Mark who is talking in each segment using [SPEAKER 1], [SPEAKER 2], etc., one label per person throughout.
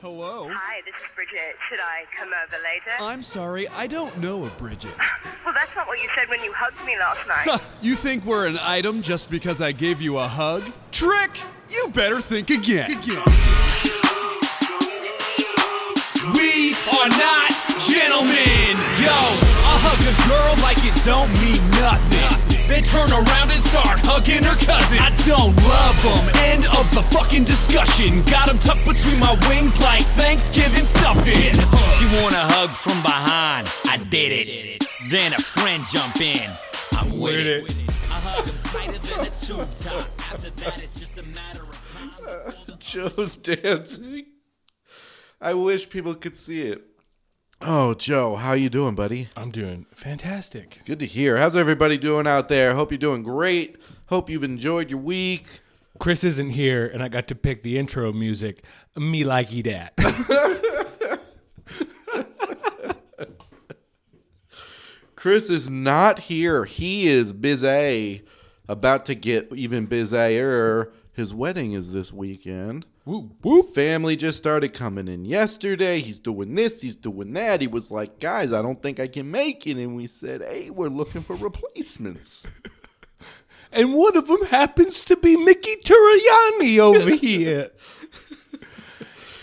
[SPEAKER 1] Hello?
[SPEAKER 2] Hi, this is Bridget. Should I come over later?
[SPEAKER 1] I'm sorry, I don't know a Bridget.
[SPEAKER 2] well, that's not what you said when you hugged me last night.
[SPEAKER 1] you think we're an item just because I gave you a hug? Trick! You better think again.
[SPEAKER 3] We are not gentlemen. Yo, I hug a girl like it don't mean nothing. Then turn around and start hugging her cousin. I don't love them. End of the fucking discussion. Got 'em tucked between my wings like Thanksgiving stuffing. She want a hug from behind. I did it. Then a friend jump in. I'm with it. I hug 'em tighter than a two-top. After that, it's just a matter of time.
[SPEAKER 4] Joe's dancing. I wish people could see it. Oh, Joe, how you doing, buddy?
[SPEAKER 5] I'm doing fantastic.
[SPEAKER 4] Good to hear. How's everybody doing out there? Hope you're doing great. Hope you've enjoyed your week.
[SPEAKER 5] Chris isn't here, and I got to pick the intro music. Me like he dat.
[SPEAKER 4] Chris is not here. He is busy, about to get even busier. His wedding is this weekend.
[SPEAKER 5] whoop whoop.
[SPEAKER 4] Family just started coming in yesterday. He's doing this, he's doing that. He was like, Guys, I don't think I can make it. And we said, Hey, we're looking for replacements.
[SPEAKER 5] And one of them happens to be Mickey Turayami over here.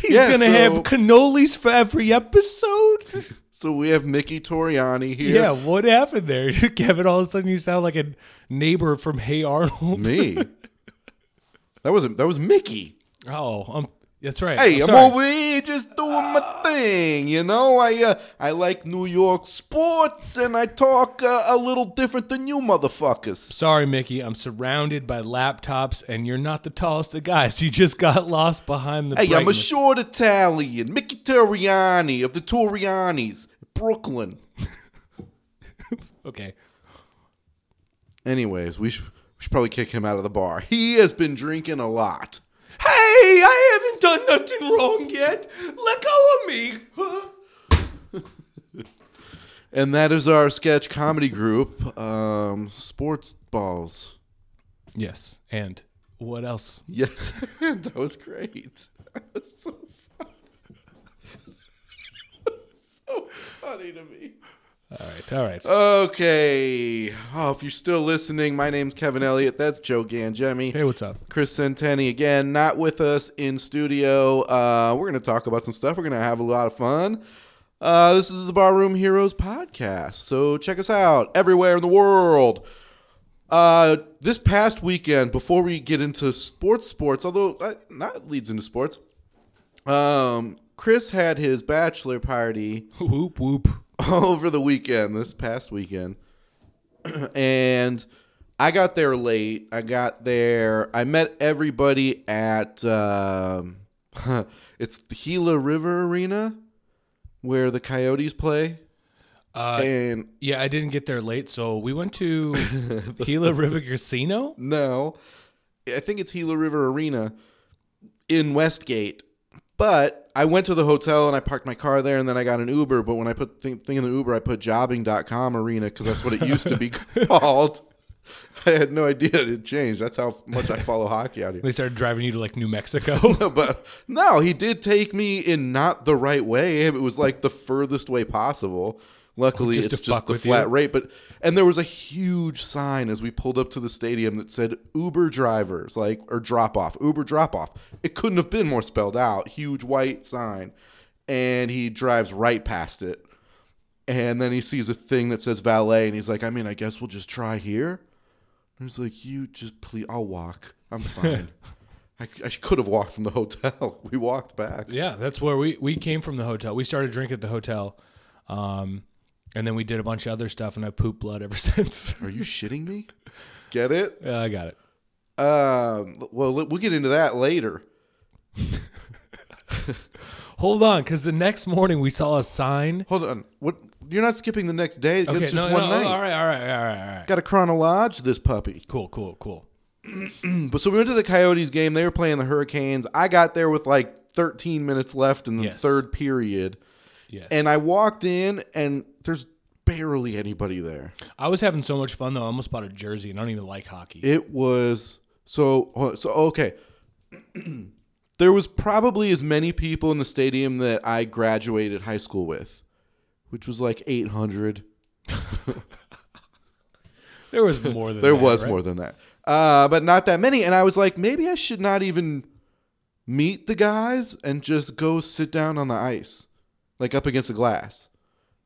[SPEAKER 5] He's
[SPEAKER 4] Yeah,
[SPEAKER 5] gonna
[SPEAKER 4] so-
[SPEAKER 5] have cannolis for every episode.
[SPEAKER 4] So we have Mickey Toriani here.
[SPEAKER 5] Yeah, what happened there, Kevin? All of a sudden, you sound like a neighbor from Hey Arnold.
[SPEAKER 4] Me. That was that was Mickey.
[SPEAKER 5] Oh, um, that's right.
[SPEAKER 4] Hey, I'm,
[SPEAKER 5] sorry.
[SPEAKER 4] over here just doing my thing. You know, I uh, I like New York sports, and I talk uh, a little different than you motherfuckers.
[SPEAKER 5] Sorry, Mickey. I'm surrounded by laptops, and you're not the tallest of guys. You just got lost behind the.
[SPEAKER 4] Hey, I'm a
[SPEAKER 5] brightness.
[SPEAKER 4] short Italian, Mickey Toriani of the Torianis, Brooklyn.
[SPEAKER 5] okay.
[SPEAKER 4] Anyways, we should, we should probably kick him out of the bar. He has been drinking a lot.
[SPEAKER 5] Hey, I haven't done nothing wrong yet. Let go of me.
[SPEAKER 4] And that is our sketch comedy group, um, Sports Balls.
[SPEAKER 5] Yes, and what else?
[SPEAKER 4] Yes, that was great. That was so fun. so funny to me.
[SPEAKER 5] All right, all right.
[SPEAKER 4] Okay. Oh, if you're still listening, my name's Kevin Elliott. That's Joe Gangemi.
[SPEAKER 5] hey, what's up?
[SPEAKER 4] Chris Centeni again, not with us in studio. Uh, we're going to talk about some stuff. We're going to have a lot of fun. Uh, this is the Barroom Heroes podcast. So check us out everywhere in the world. Uh, this past weekend, before we get into sports, sports, although uh, not leads into sports, um, Chris had his bachelor party
[SPEAKER 5] Whoop whoop.
[SPEAKER 4] over the weekend, this past weekend, and I got there late. I got there. I met everybody at um, it's the Gila River Arena where the Coyotes play, and
[SPEAKER 5] Yeah, I didn't get there late, so we went to Gila River Casino.
[SPEAKER 4] no, I think it's Gila River Arena in Westgate. But I went to the hotel and I parked my car there, and then I got an Uber. But when I put thing, thing in the Uber, I put jobbing.com arena because that's what it used to be called. I had no idea it had changed. That's how much I follow hockey out here.
[SPEAKER 5] They started driving you to like New Mexico.
[SPEAKER 4] But no, he did take me in not the right way. It was like the furthest way possible. Luckily,
[SPEAKER 5] Just to
[SPEAKER 4] it's just
[SPEAKER 5] fuck
[SPEAKER 4] the
[SPEAKER 5] with
[SPEAKER 4] flat
[SPEAKER 5] you?
[SPEAKER 4] rate. But and there was a huge sign as we pulled up to the stadium that said Uber drivers, like or drop off, Uber drop off. It couldn't have been more spelled out. Huge white sign, and he drives right past it. And then he sees a thing that says valet, and he's like, "I mean, I guess we'll just try here." I was like, "You just please, I'll walk. I'm fine." I, I could have walked from the hotel. We walked back.
[SPEAKER 5] yeah, that's where we we came from the hotel. We started drinking at the hotel, um, and then we did a bunch of other stuff, and I pooped blood ever since.
[SPEAKER 4] Are you shitting me? Get it?
[SPEAKER 5] yeah, I got it.
[SPEAKER 4] Um, well, let- we'll get into that later.
[SPEAKER 5] Hold on, because the next morning we saw a sign.
[SPEAKER 4] Hold on. What? You're not skipping the next day. It's just one night.
[SPEAKER 5] All right, all right, all right, all right.
[SPEAKER 4] Got to chronologe this puppy.
[SPEAKER 5] Cool, cool, cool.
[SPEAKER 4] But so we went to the Coyotes game. They were playing the Hurricanes. I got there with like 13 minutes left in the
[SPEAKER 5] Yes.
[SPEAKER 4] third period,
[SPEAKER 5] Yes.
[SPEAKER 4] and I walked in, and there's barely anybody there.
[SPEAKER 5] I was having so much fun though. I almost bought a jersey, and I don't even like hockey.
[SPEAKER 4] It was so hold on, so okay. There was probably as many people in the stadium that I graduated high school with, which was like 800.
[SPEAKER 5] There was more than
[SPEAKER 4] There
[SPEAKER 5] that,
[SPEAKER 4] was
[SPEAKER 5] right?
[SPEAKER 4] more than that, uh, but not that many. And I was like, maybe I should not even meet the guys and just go sit down on the ice, like up against the glass,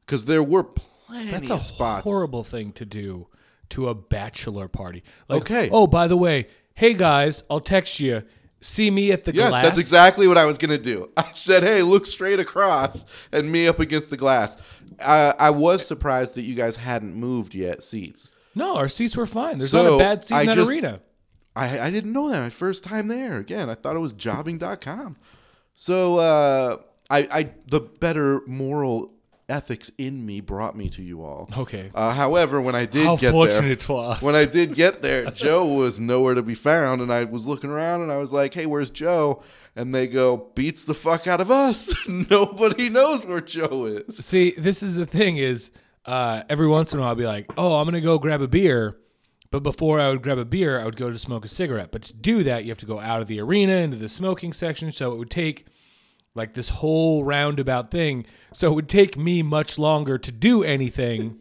[SPEAKER 4] because there were plenty
[SPEAKER 5] That's a
[SPEAKER 4] of spots.
[SPEAKER 5] horrible thing to do to a bachelor party. Like,
[SPEAKER 4] Okay.
[SPEAKER 5] Oh, by the way, hey guys, I'll text you. See me at the
[SPEAKER 4] Yeah,
[SPEAKER 5] glass.
[SPEAKER 4] that's exactly what I was gonna do. I said, "Hey, look straight across," and me up against the glass. I, I was surprised that you guys hadn't moved yet seats.
[SPEAKER 5] No, our seats were fine. There's
[SPEAKER 4] So,
[SPEAKER 5] not a bad seat
[SPEAKER 4] I
[SPEAKER 5] in that
[SPEAKER 4] just-
[SPEAKER 5] arena.
[SPEAKER 4] I, I didn't know that my first time there. Again, I thought it was jobbing.com. So uh, I, I the better moral ethics in me brought me to you all.
[SPEAKER 5] Okay.
[SPEAKER 4] Uh, however, when I did
[SPEAKER 5] How
[SPEAKER 4] get
[SPEAKER 5] fortunate
[SPEAKER 4] there,
[SPEAKER 5] for us.
[SPEAKER 4] when I did get there, Joe was nowhere to be found, and I was looking around, and I was like, "Hey, where's Joe?" And they go, "Beats the fuck out of us. Nobody knows where Joe is."
[SPEAKER 5] See, this is the thing is uh, every once in a while I'll be like, oh, I'm going to go grab a beer. But before I would grab a beer, I would go to smoke a cigarette. But to do that, you have to go out of the arena into the smoking section. So it would take like this whole roundabout thing. So it would take me much longer to do anything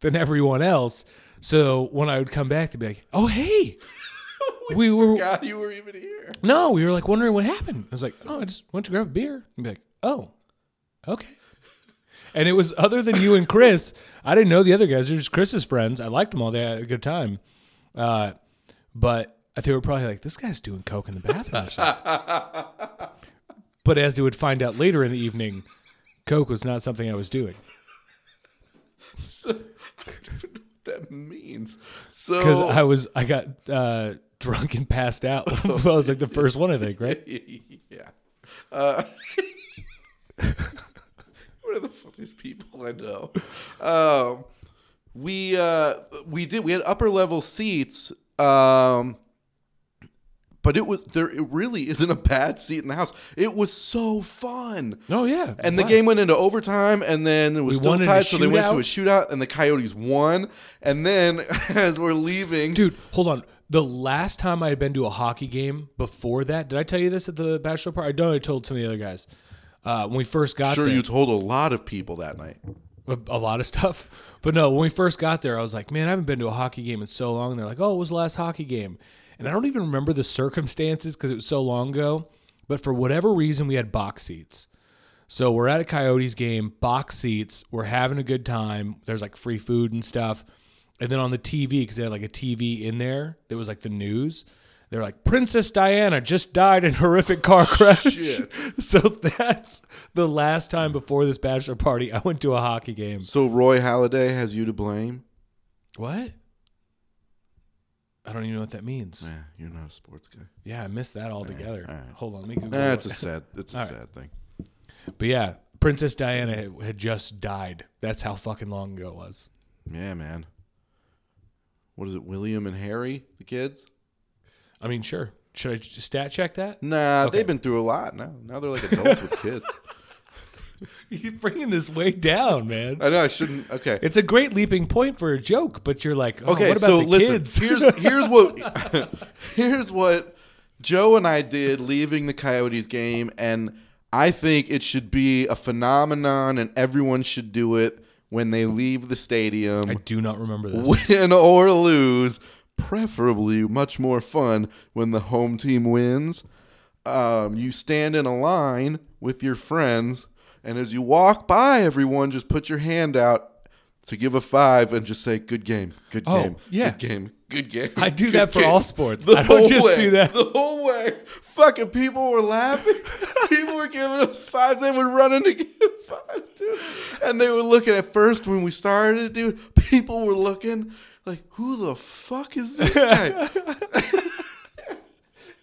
[SPEAKER 5] than everyone else. So when I would come back, they'd be like, oh, hey, we were,
[SPEAKER 4] God, you were even here.
[SPEAKER 5] no, we were like wondering what happened. I was like, oh, I just went to grab a beer. And be like, oh, okay. And it was other than you and Chris. I didn't know the other guys. They're just Chris's friends. I liked them all. They had a good time. Uh, but I think they were probably like, this guy's doing coke in the bathroom. or something." but as they would find out later in the evening, coke was not something I was doing.
[SPEAKER 4] That means so.
[SPEAKER 5] because I was I got uh, drunk and passed out. I was like the first one, I think, right?
[SPEAKER 4] yeah. Uh, one of the funniest people I know. Um, we uh, we did we had upper level seats, um, but it was there. It really isn't a bad seat in the house. It was so fun.
[SPEAKER 5] Oh yeah,
[SPEAKER 4] And the game went into overtime, and then it was
[SPEAKER 5] We
[SPEAKER 4] still
[SPEAKER 5] won in a
[SPEAKER 4] tied, so they went to a
[SPEAKER 5] shootout.
[SPEAKER 4] shootout, and the Coyotes won. And then, as we're leaving,
[SPEAKER 5] dude. Hold on. The last time I had been to a hockey game before that, did I tell you this at the bachelor party? I don't. know, I told some of the other guys uh, when we first got
[SPEAKER 4] sure
[SPEAKER 5] there.
[SPEAKER 4] you told a lot of people that night.
[SPEAKER 5] a, a lot of stuff. But no, when we first got there, I was like, man, I haven't been to a hockey game in so long. And they're like, oh, it was the last hockey game. And I don't even remember the circumstances because it was so long ago. But for whatever reason, we had box seats. So we're at a Coyotes game, box seats. We're having a good time. There's like free food and stuff. And then on the TV, because they had like a TV in there that was like the news, they were like, Princess Diana just died in horrific car crash. So that's the last time before this bachelor party I went to a hockey game.
[SPEAKER 4] So Roy Halladay has you to blame.
[SPEAKER 5] What? I don't even know what that means.
[SPEAKER 4] Yeah, you're not a sports guy.
[SPEAKER 5] Yeah, I missed that altogether.
[SPEAKER 4] alright.
[SPEAKER 5] Hold on, let me Google
[SPEAKER 4] That's
[SPEAKER 5] it.
[SPEAKER 4] a sad. That's a sad thing.
[SPEAKER 5] But yeah, Princess Diana had, had just died. That's how fucking long ago it was.
[SPEAKER 4] Yeah, man. What is it? William and Harry, the kids?
[SPEAKER 5] I mean, sure. Should I j- stat check that?
[SPEAKER 4] Nah, they've been through a lot now. Now they're like adults with kids.
[SPEAKER 5] You're bringing this way down, man.
[SPEAKER 4] I know I shouldn't. Okay.
[SPEAKER 5] It's a great leaping point for a joke, but you're like, oh,
[SPEAKER 4] okay.
[SPEAKER 5] what about
[SPEAKER 4] so
[SPEAKER 5] the
[SPEAKER 4] listen.
[SPEAKER 5] kids?
[SPEAKER 4] Here's here's what here's what Joe and I did leaving the Coyotes game, and I think it should be a phenomenon, and everyone should do it when they leave the stadium.
[SPEAKER 5] I do not remember this.
[SPEAKER 4] win or lose, preferably much more fun when the home team wins. Um, you stand in a line with your friends, and as you walk by everyone, just put your hand out to give a five and just say, "Good game, good
[SPEAKER 5] Oh,
[SPEAKER 4] game,
[SPEAKER 5] yeah.
[SPEAKER 4] good game, good game."
[SPEAKER 5] I do
[SPEAKER 4] good
[SPEAKER 5] that for
[SPEAKER 4] game."
[SPEAKER 5] all sports.
[SPEAKER 4] The
[SPEAKER 5] I don't
[SPEAKER 4] whole
[SPEAKER 5] just
[SPEAKER 4] way,
[SPEAKER 5] do that.
[SPEAKER 4] the whole way. Fucking people were laughing. people were giving us fives. They would run in to give fives, dude. And they were looking at first when we started, dude. People were looking like, "Who the fuck is this guy?"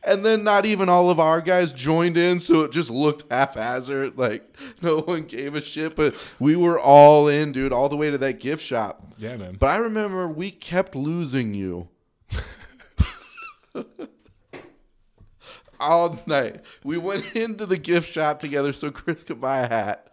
[SPEAKER 4] and then not even all of our guys joined in, so it just looked haphazard. Like no one gave a shit, but we were all in, dude, all the way to that gift shop.
[SPEAKER 5] Yeah, man.
[SPEAKER 4] But I remember we kept losing you. All night. We went into the gift shop together so Chris could buy a hat.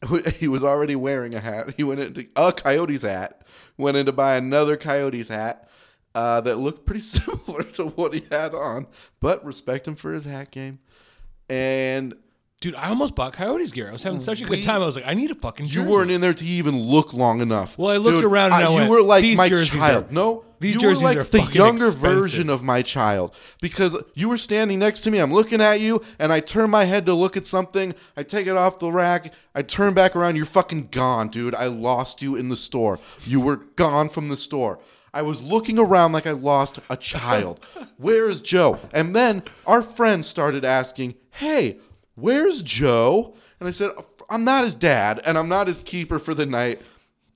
[SPEAKER 4] He was already wearing a hat. He went into a coyote's hat, went in to buy another coyote's hat uh, that looked pretty similar to what he had on, but respect him for his hat game. and
[SPEAKER 5] Dude, I almost bought Coyotes gear. I was having such a good time. I was like, I need a fucking
[SPEAKER 4] you
[SPEAKER 5] jersey.
[SPEAKER 4] weren't in there to even look long enough.
[SPEAKER 5] Well, I looked
[SPEAKER 4] Dude,
[SPEAKER 5] around and I
[SPEAKER 4] you
[SPEAKER 5] went,
[SPEAKER 4] were like
[SPEAKER 5] "These
[SPEAKER 4] my
[SPEAKER 5] jerseys
[SPEAKER 4] child.
[SPEAKER 5] are-
[SPEAKER 4] no,
[SPEAKER 5] these
[SPEAKER 4] you
[SPEAKER 5] jerseys
[SPEAKER 4] were like
[SPEAKER 5] are
[SPEAKER 4] the
[SPEAKER 5] fucking
[SPEAKER 4] younger
[SPEAKER 5] expensive."
[SPEAKER 4] version of my child because you were standing next to me. I'm looking at you, and I turn my head to look at something. I take it off the rack. I turn back around. You're fucking gone, dude. I lost you in the store. You were gone from the store. I was looking around like I lost a child. Where is Joe? And then our friend started asking, "Hey, where's Joe?" And I said, "I'm not his dad, and I'm not his keeper for the night."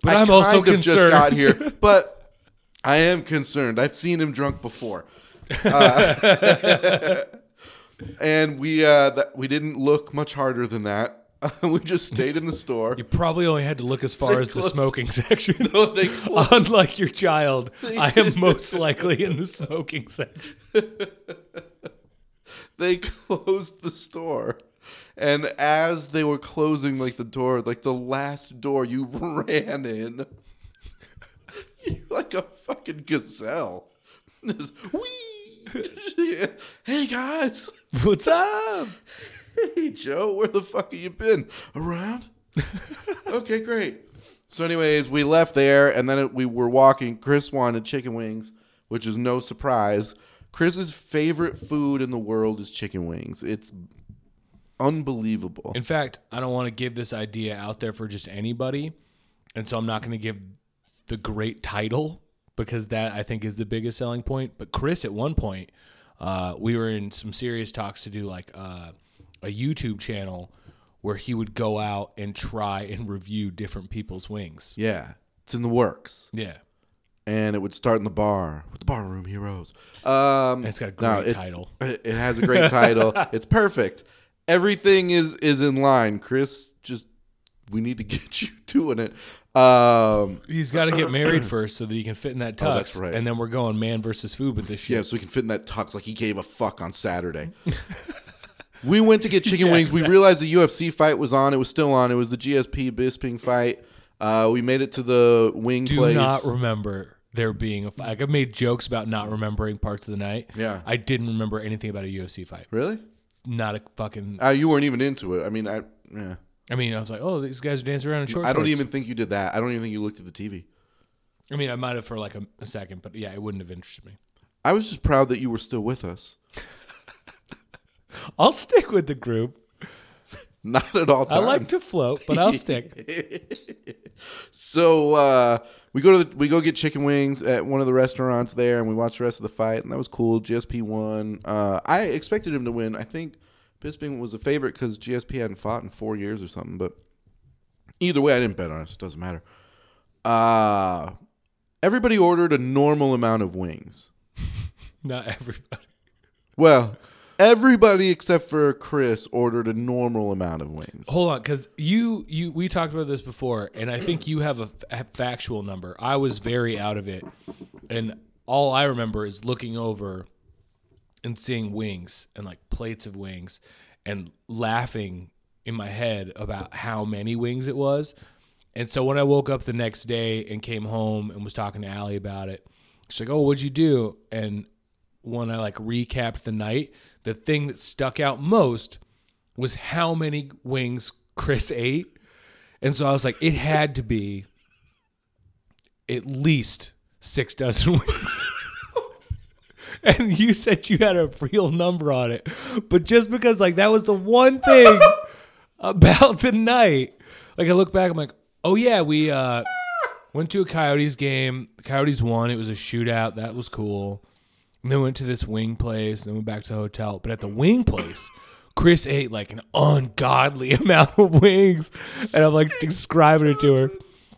[SPEAKER 5] But
[SPEAKER 4] I
[SPEAKER 5] I'm
[SPEAKER 4] kind
[SPEAKER 5] also
[SPEAKER 4] of just
[SPEAKER 5] concerned.
[SPEAKER 4] got here, but I am concerned. I've seen him drunk before, uh, and we uh, th- we didn't look much harder than that. we just stayed in the store.
[SPEAKER 5] You probably only had to look as far as the
[SPEAKER 4] closed-
[SPEAKER 5] smoking section.
[SPEAKER 4] No, they closed-
[SPEAKER 5] Unlike your child, I am most likely in the smoking section.
[SPEAKER 4] they closed the store. And as they were closing, like the door, like the last door you ran in, you're like a fucking gazelle. Just, Wee! hey guys,
[SPEAKER 5] What's up?
[SPEAKER 4] hey Joe, where the fuck have you been? Around? okay, great. So, anyways, we left there, and then it, we were walking. Chris wanted chicken wings, which is no surprise. Chris's favorite food in the world is chicken wings. It's unbelievable.
[SPEAKER 5] In fact, I don't want to give this idea out there for just anybody, and so I'm not going to give the great title because that I think is the biggest selling point. But Chris, at one point, uh, we were in some serious talks to do like uh, a YouTube channel where he would go out and try and review different people's wings.
[SPEAKER 4] yeah, it's in the works,
[SPEAKER 5] Yeah,
[SPEAKER 4] and it would start in the bar with the barroom heroes. Um,
[SPEAKER 5] it's got a
[SPEAKER 4] no,
[SPEAKER 5] great
[SPEAKER 4] it's-
[SPEAKER 5] title.
[SPEAKER 4] It has a great title. it's perfect. Everything is is in line. Chris, just we need to get you doing it. Um,
[SPEAKER 5] He's got to get married first so that he can fit in that tux,
[SPEAKER 4] that's right.
[SPEAKER 5] and then we're going man versus food with this shit.
[SPEAKER 4] Yeah, so we can fit in that tux like he gave a fuck on Saturday. we went to get chicken wings. We realized the UFC fight was on. It was still on. It was the GSP Bisping fight. Uh, we made it to the wing
[SPEAKER 5] do
[SPEAKER 4] place.
[SPEAKER 5] not remember there being a fight. Like, I've made jokes about not remembering parts of the night.
[SPEAKER 4] Yeah.
[SPEAKER 5] I didn't remember anything about a UFC fight.
[SPEAKER 4] really?
[SPEAKER 5] Not a fucking.
[SPEAKER 4] Uh, you weren't even into it. I mean, I yeah.
[SPEAKER 5] I mean, I was like, oh, these guys are dancing around in shorts.
[SPEAKER 4] I don't even think you did that. I don't even think you looked at the TV.
[SPEAKER 5] I mean, I might have for like a, a second, but yeah, it wouldn't have interested me.
[SPEAKER 4] I was just proud that you were still with us.
[SPEAKER 5] I'll stick with the group.
[SPEAKER 4] Not at all
[SPEAKER 5] I
[SPEAKER 4] times.
[SPEAKER 5] like to float, but I'll stick.
[SPEAKER 4] So uh, we go to the, we go get chicken wings at one of the restaurants there, and we watch the rest of the fight, and that was cool. GSP won. Uh, I expected him to win. I think Bisping was a favorite because GSP hadn't fought in four years or something. But either way, I didn't bet on it. So it doesn't matter. Uh, everybody ordered a normal amount of wings.
[SPEAKER 5] Not everybody.
[SPEAKER 4] Well, everybody except for Chris ordered a normal amount of wings.
[SPEAKER 5] Hold on, because you you we talked about this before, and I think you have a, f- a factual number. I was very out of it, and all I remember is looking over and seeing wings and like plates of wings, and laughing in my head about how many wings it was. And so when I woke up the next day and came home and was talking to Allie about it, she's like, "Oh, what'd you do?" And when I like recapped the night, the thing that stuck out most was how many wings Chris ate. And so I was like, it had to be at least six dozen wings. and you said you had a real number on it. But just because, like, that was the one thing about the night. Like, I look back, I'm like, oh, yeah, we uh, went to a Coyotes game. The Coyotes won. It was a shootout. That was cool. And then went to this wing place, and then went back to the hotel. But at the wing place, Chris ate like an ungodly amount of wings, and I'm like describing it to her.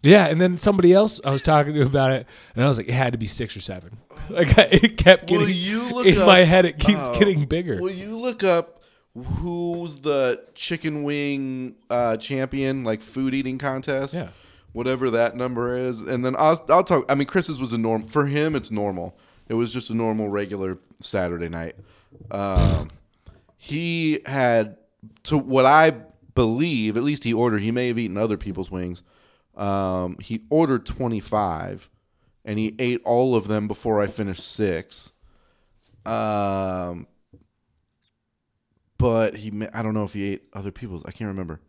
[SPEAKER 5] Yeah, and then somebody else I was talking to about it, and I was like, it had to be six or seven. Like I, it kept
[SPEAKER 4] Will
[SPEAKER 5] getting
[SPEAKER 4] you look
[SPEAKER 5] in
[SPEAKER 4] up-
[SPEAKER 5] my head. It keeps
[SPEAKER 4] Oh.
[SPEAKER 5] getting bigger.
[SPEAKER 4] Will you look up who's the chicken wing uh, champion, like food eating contest?
[SPEAKER 5] Yeah.
[SPEAKER 4] Whatever that number is. And then I'll, I'll talk. I mean, Chris's was a norm. For him, it's normal. It was just a normal, regular Saturday night. Um, he had, to what I believe, at least he ordered, he may have eaten other people's wings. Um, he ordered 25 and he ate all of them before I finished six. Um, but he ma- I don't know if he ate other people's. I can't remember.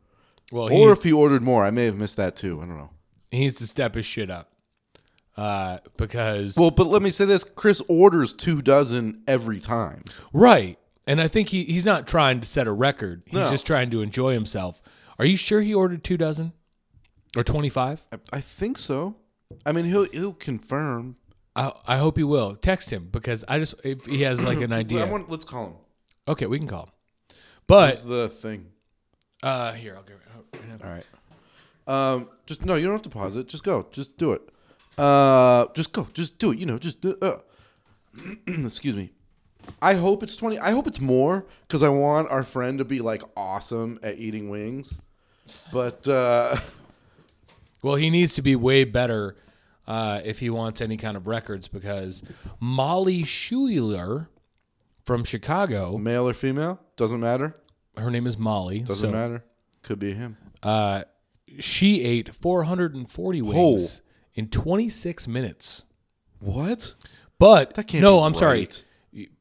[SPEAKER 5] Well, he,
[SPEAKER 4] Or if he ordered more, I may have missed that too. I don't know.
[SPEAKER 5] he needs to step his shit up. Uh, because
[SPEAKER 4] Well, but let me say this: Chris orders two dozen every time.
[SPEAKER 5] right, and I think he, he's not trying to set a record. He's
[SPEAKER 4] No.
[SPEAKER 5] just trying to enjoy himself. Are you sure he ordered two dozen or twenty five?
[SPEAKER 4] I, I think so. I mean, he'll he'll confirm.
[SPEAKER 5] I I hope he will text him because I just if he has like an idea.
[SPEAKER 4] I want- let's call him.
[SPEAKER 5] okay, we can call him. But
[SPEAKER 4] Here's the thing.
[SPEAKER 5] uh, here I'll give it.
[SPEAKER 4] All right. Um, just no, you don't have to pause it. Just go. Just do it. Uh, just go. Just do it. You know, just do- uh. excuse me. I hope it's twenty. I hope it's more because I want our friend to be like awesome at eating wings. But uh,
[SPEAKER 5] Well, he needs to be way better uh, if he wants any kind of records because Molly Schuler from Chicago,
[SPEAKER 4] male or female doesn't matter.
[SPEAKER 5] her name is Molly.
[SPEAKER 4] Doesn't
[SPEAKER 5] so
[SPEAKER 4] matter. Could be him.
[SPEAKER 5] She ate 440 wings in 26 minutes.
[SPEAKER 4] What?
[SPEAKER 5] But
[SPEAKER 4] That can't
[SPEAKER 5] no,
[SPEAKER 4] be
[SPEAKER 5] I'm sorry.
[SPEAKER 4] right.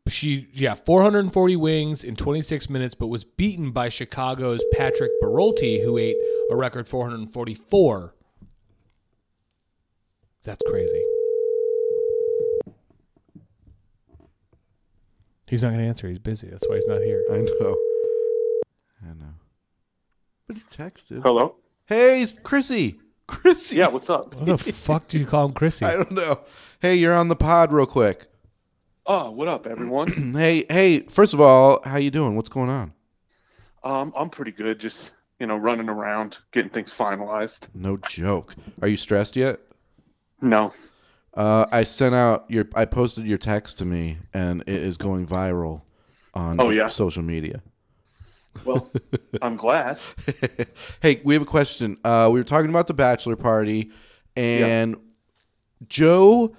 [SPEAKER 5] She yeah, 440 wings in 26 minutes, but was beaten by Chicago's Patrick Barolti, who ate a record 444. That's crazy. He's not going to answer. He's busy. That's why he's not here.
[SPEAKER 4] I know. I know. But he texted.
[SPEAKER 6] Hello.
[SPEAKER 4] Hey, it's Chrissy. Chrissy.
[SPEAKER 6] Yeah, what's up?
[SPEAKER 5] What the fuck do you call him Chrissy?
[SPEAKER 4] I don't know. Hey, you're on the pod real quick.
[SPEAKER 6] Oh, what up, everyone?
[SPEAKER 4] Hey, hey, first of all, how you doing? What's going on?
[SPEAKER 6] um, I'm pretty good. Just you know, running around, getting things finalized.
[SPEAKER 4] No joke. Are you stressed yet?
[SPEAKER 6] No.
[SPEAKER 4] Uh, I sent out your I posted your text to me and it is going viral on
[SPEAKER 6] Oh, yeah?
[SPEAKER 4] social media.
[SPEAKER 6] Well, I'm glad.
[SPEAKER 4] hey, we have a question. Uh, we were talking about the bachelor party, and Joe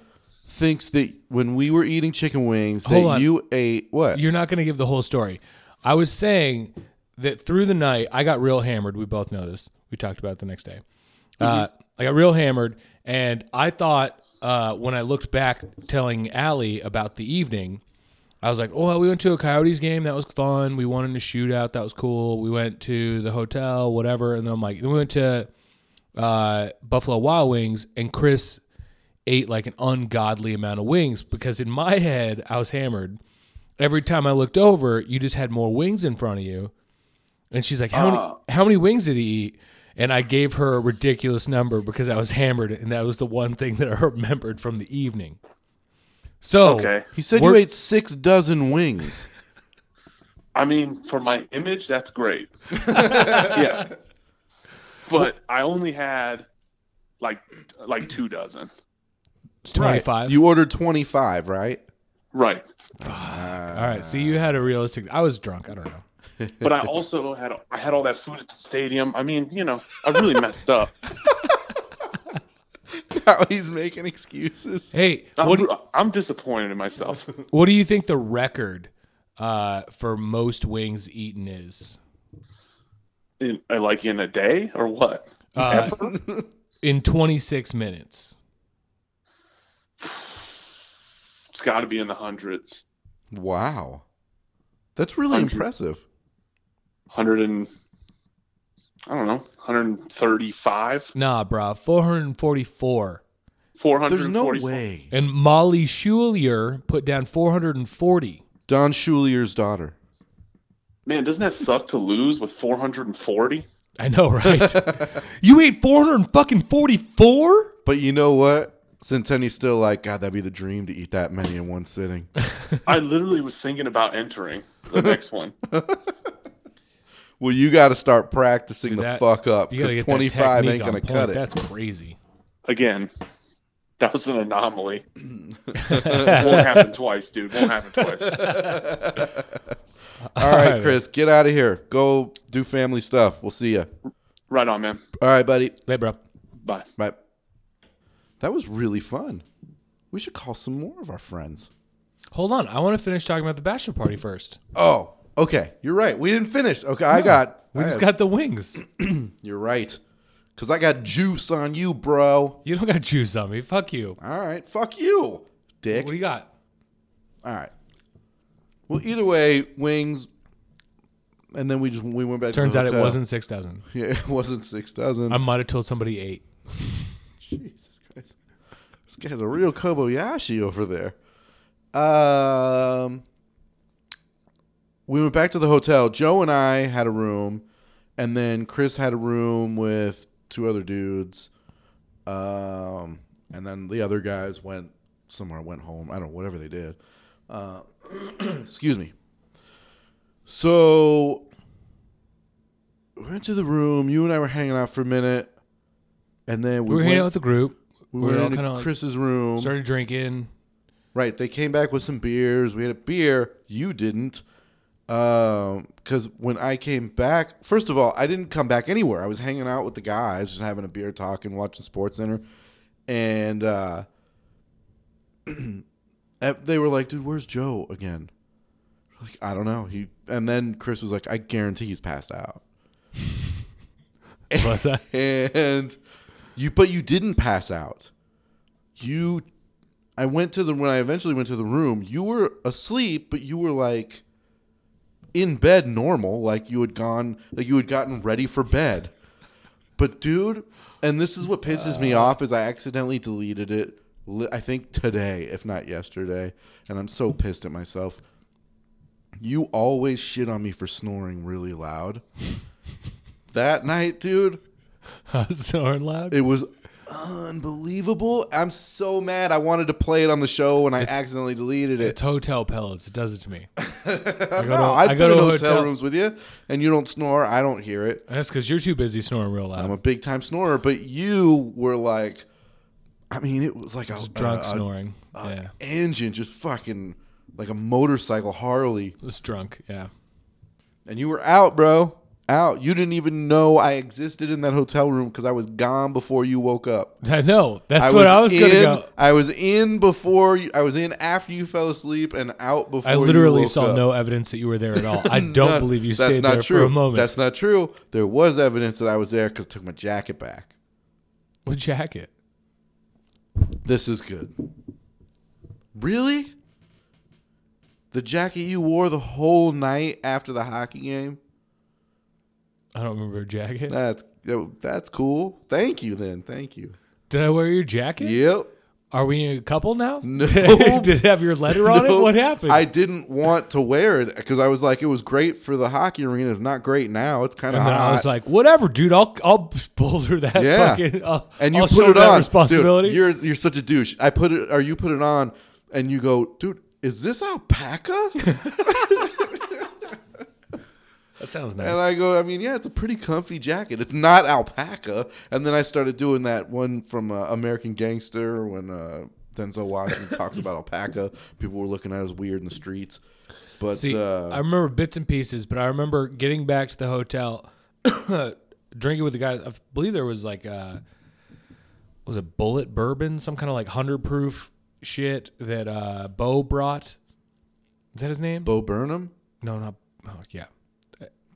[SPEAKER 4] thinks that when we were eating chicken wings,
[SPEAKER 5] Hold
[SPEAKER 4] that
[SPEAKER 5] on.
[SPEAKER 4] you ate what?
[SPEAKER 5] You're not going to give the whole story. I was saying that through the night, I got real hammered. We both know this. We talked about it the next day. Uh, I got real hammered, and I thought uh, when I looked back telling Allie about the evening, I was like, "Oh, we went to a Coyotes game. That was fun. We won in a shootout. That was cool. We went to the hotel, whatever." And then I'm like, "Then we went to uh, Buffalo Wild Wings, and Chris ate like an ungodly amount of wings because in my head I was hammered. Every time I looked over, you just had more wings in front of you. And she's like, "How many
[SPEAKER 6] Oh.
[SPEAKER 5] how many wings did he eat?" And I gave her a ridiculous number because I was hammered, and that was the one thing that I remembered from the evening. So
[SPEAKER 6] Okay.
[SPEAKER 4] He said you
[SPEAKER 5] we're-
[SPEAKER 4] ate six dozen wings.
[SPEAKER 6] I mean, for my image, that's great. yeah. But I only had like like two dozen.
[SPEAKER 5] it's twenty five.
[SPEAKER 4] You ordered twenty five, right?
[SPEAKER 6] Right.
[SPEAKER 5] All right. So you had a realistic. I was drunk. I don't know.
[SPEAKER 6] But I also had I had all that food at the stadium. I mean, you know, I really messed up.
[SPEAKER 4] Now he's making excuses.
[SPEAKER 5] Hey,
[SPEAKER 6] I'm,
[SPEAKER 5] what do,
[SPEAKER 6] I'm disappointed in myself.
[SPEAKER 5] what do you think the record uh, for most wings eaten is?
[SPEAKER 6] In, like in a day or what?
[SPEAKER 5] Uh, in 26 minutes.
[SPEAKER 6] It's got to be in the hundreds.
[SPEAKER 4] Wow, that's really
[SPEAKER 6] Hundred.
[SPEAKER 4] impressive.
[SPEAKER 6] hundred and I don't know, hundred and thirty-five,
[SPEAKER 5] Nah, brah, 444.
[SPEAKER 6] four hundred.
[SPEAKER 4] There's no way.
[SPEAKER 5] And Molly Schulier put down 440.
[SPEAKER 4] Don Shulier's daughter.
[SPEAKER 6] Man, doesn't that suck to lose with four hundred and forty?
[SPEAKER 5] I know, right? you ate 444?
[SPEAKER 4] But you know what? Centenni's still like, God, that'd be the dream to eat that many in one sitting.
[SPEAKER 6] I literally was thinking about entering the next one.
[SPEAKER 4] well, you got to start practicing the
[SPEAKER 5] That-
[SPEAKER 4] fuck up
[SPEAKER 5] you gotta
[SPEAKER 4] because
[SPEAKER 5] get that
[SPEAKER 4] 25
[SPEAKER 5] technique
[SPEAKER 4] ain't
[SPEAKER 5] on
[SPEAKER 4] going to
[SPEAKER 5] point.
[SPEAKER 4] cut it.
[SPEAKER 5] That's crazy.
[SPEAKER 6] Again, that was an anomaly. Won't happen twice, dude. Won't happen twice.
[SPEAKER 4] All
[SPEAKER 5] All
[SPEAKER 4] right,
[SPEAKER 5] right.
[SPEAKER 4] Chris, get out of here. Go do family stuff. We'll see you.
[SPEAKER 6] Right on, man.
[SPEAKER 4] All right, buddy.
[SPEAKER 5] Hey, bro.
[SPEAKER 6] Bye.
[SPEAKER 4] Bye. That was really fun. We should call some more of our friends.
[SPEAKER 5] Hold on. I want to finish talking about the bachelor party first.
[SPEAKER 4] Oh, okay. You're right. We didn't finish. Okay, I got.
[SPEAKER 5] We
[SPEAKER 4] I
[SPEAKER 5] just
[SPEAKER 4] have-
[SPEAKER 5] got the wings.
[SPEAKER 4] You're right. Because I got juice on you, bro.
[SPEAKER 5] You don't got juice on me. Fuck you.
[SPEAKER 4] All right. Fuck you, dick.
[SPEAKER 5] What do you got?
[SPEAKER 4] All right. Well, either way, wings. and then we just we went back.
[SPEAKER 5] Turns
[SPEAKER 4] to the
[SPEAKER 5] out it
[SPEAKER 4] hotel.
[SPEAKER 5] wasn't six thousand.
[SPEAKER 4] Yeah, it wasn't six dozen.
[SPEAKER 5] I might have told somebody eight.
[SPEAKER 4] Jesus Christ. This guy's a real Kobayashi over there. Um, we went back to the hotel. Joe and I had a room, and then Chris had a room with two other dudes. Um, and then the other guys went somewhere, went home. I don't know, whatever they did. Uh, excuse me. So we went to the room. You and I were hanging out for a minute, and then we
[SPEAKER 5] We were hanging
[SPEAKER 4] went-
[SPEAKER 5] out with the group.
[SPEAKER 4] we
[SPEAKER 5] We
[SPEAKER 4] went
[SPEAKER 5] were all
[SPEAKER 4] into
[SPEAKER 5] kind of like
[SPEAKER 4] Chris's room.
[SPEAKER 5] started drinking.
[SPEAKER 4] Right. They came back with some beers. We had a beer. You didn't. Because when I came back, first of all, I didn't come back anywhere. I was hanging out with the guys, just having a beer, talking, watching Sports Center. And uh, and they were like, dude, where's Joe again? Like, I don't know. He And then Chris was like, I guarantee he's passed out.
[SPEAKER 5] Was I?
[SPEAKER 4] and you but you didn't pass out you i went to the when i eventually went to the room you were asleep but you were like in bed normal like you had gone like you had gotten ready for bed but dude and this is what pisses me off is i accidentally deleted it li- i think today if not yesterday and i'm so pissed at myself you always shit on me for snoring really loud that night dude
[SPEAKER 5] I was snoring loud.
[SPEAKER 4] it was unbelievable. I'm so mad. I wanted to play it on the show and I accidentally deleted it.
[SPEAKER 5] It's hotel pellets. It does it to me. I go to,
[SPEAKER 4] No, I've
[SPEAKER 5] I
[SPEAKER 4] been
[SPEAKER 5] go to
[SPEAKER 4] in
[SPEAKER 5] a
[SPEAKER 4] hotel,
[SPEAKER 5] hotel
[SPEAKER 4] rooms with you and you don't snore. I don't hear it.
[SPEAKER 5] That's because you're too busy snoring real loud.
[SPEAKER 4] I'm a big time snorer, but you were like, I mean, it was like a
[SPEAKER 5] drunk
[SPEAKER 4] a- a
[SPEAKER 5] snoring. yeah,
[SPEAKER 4] engine just fucking like a motorcycle Harley.
[SPEAKER 5] was drunk. Yeah,
[SPEAKER 4] And you were out, bro. Out. You didn't even know I existed in that hotel room because I was gone before you woke up.
[SPEAKER 5] I know. That's what I was
[SPEAKER 4] in,
[SPEAKER 5] gonna go.
[SPEAKER 4] I was in before you, I was in after you fell asleep and out before
[SPEAKER 5] I
[SPEAKER 4] you
[SPEAKER 5] literally
[SPEAKER 4] woke
[SPEAKER 5] saw
[SPEAKER 4] up.
[SPEAKER 5] no evidence that you were there at all. I don't
[SPEAKER 4] None.
[SPEAKER 5] believe you
[SPEAKER 4] That's
[SPEAKER 5] stayed
[SPEAKER 4] not
[SPEAKER 5] there
[SPEAKER 4] true.
[SPEAKER 5] for a moment.
[SPEAKER 4] That's not true. There was evidence that I was there because I took my jacket back.
[SPEAKER 5] what jacket?
[SPEAKER 4] This is good. Really? The jacket you wore the whole night after the hockey game?
[SPEAKER 5] I don't remember a jacket.
[SPEAKER 4] That's that's cool. Thank you then. Thank you.
[SPEAKER 5] Did I wear your jacket?
[SPEAKER 4] Yep.
[SPEAKER 5] Are we a couple now?
[SPEAKER 4] No.
[SPEAKER 5] Did it have your letter on it?
[SPEAKER 4] No,
[SPEAKER 5] What happened?
[SPEAKER 4] I didn't want to wear it because I was like, it was great for the hockey arena. It's not great now. It's kind of
[SPEAKER 5] and then
[SPEAKER 4] hot.
[SPEAKER 5] I was like, whatever, dude. I'll I'll boulder that
[SPEAKER 4] yeah,
[SPEAKER 5] fucking. I'll,
[SPEAKER 4] and you
[SPEAKER 5] I'll
[SPEAKER 4] put
[SPEAKER 5] shoulder
[SPEAKER 4] it
[SPEAKER 5] that
[SPEAKER 4] on.
[SPEAKER 5] responsibility.
[SPEAKER 4] Dude, you're you're such a douche. I put it, or you put it on, and you go, dude, is this alpaca?
[SPEAKER 5] that sounds nice.
[SPEAKER 4] and I go, I mean, yeah, it's a pretty comfy jacket. It's not alpaca. And then I started doing that one from uh, American Gangster when uh, Denzel Washington talks about alpaca. People were looking at us weird in the streets. But
[SPEAKER 5] See,
[SPEAKER 4] uh,
[SPEAKER 5] I remember bits and pieces, but I remember getting back to the hotel, drinking with the guys. I believe there was like a was it bullet bourbon, some kind of like hundred proof shit that uh, Bo brought. Is that his name?
[SPEAKER 4] Bo Burnham,
[SPEAKER 5] no, not. Oh, yeah,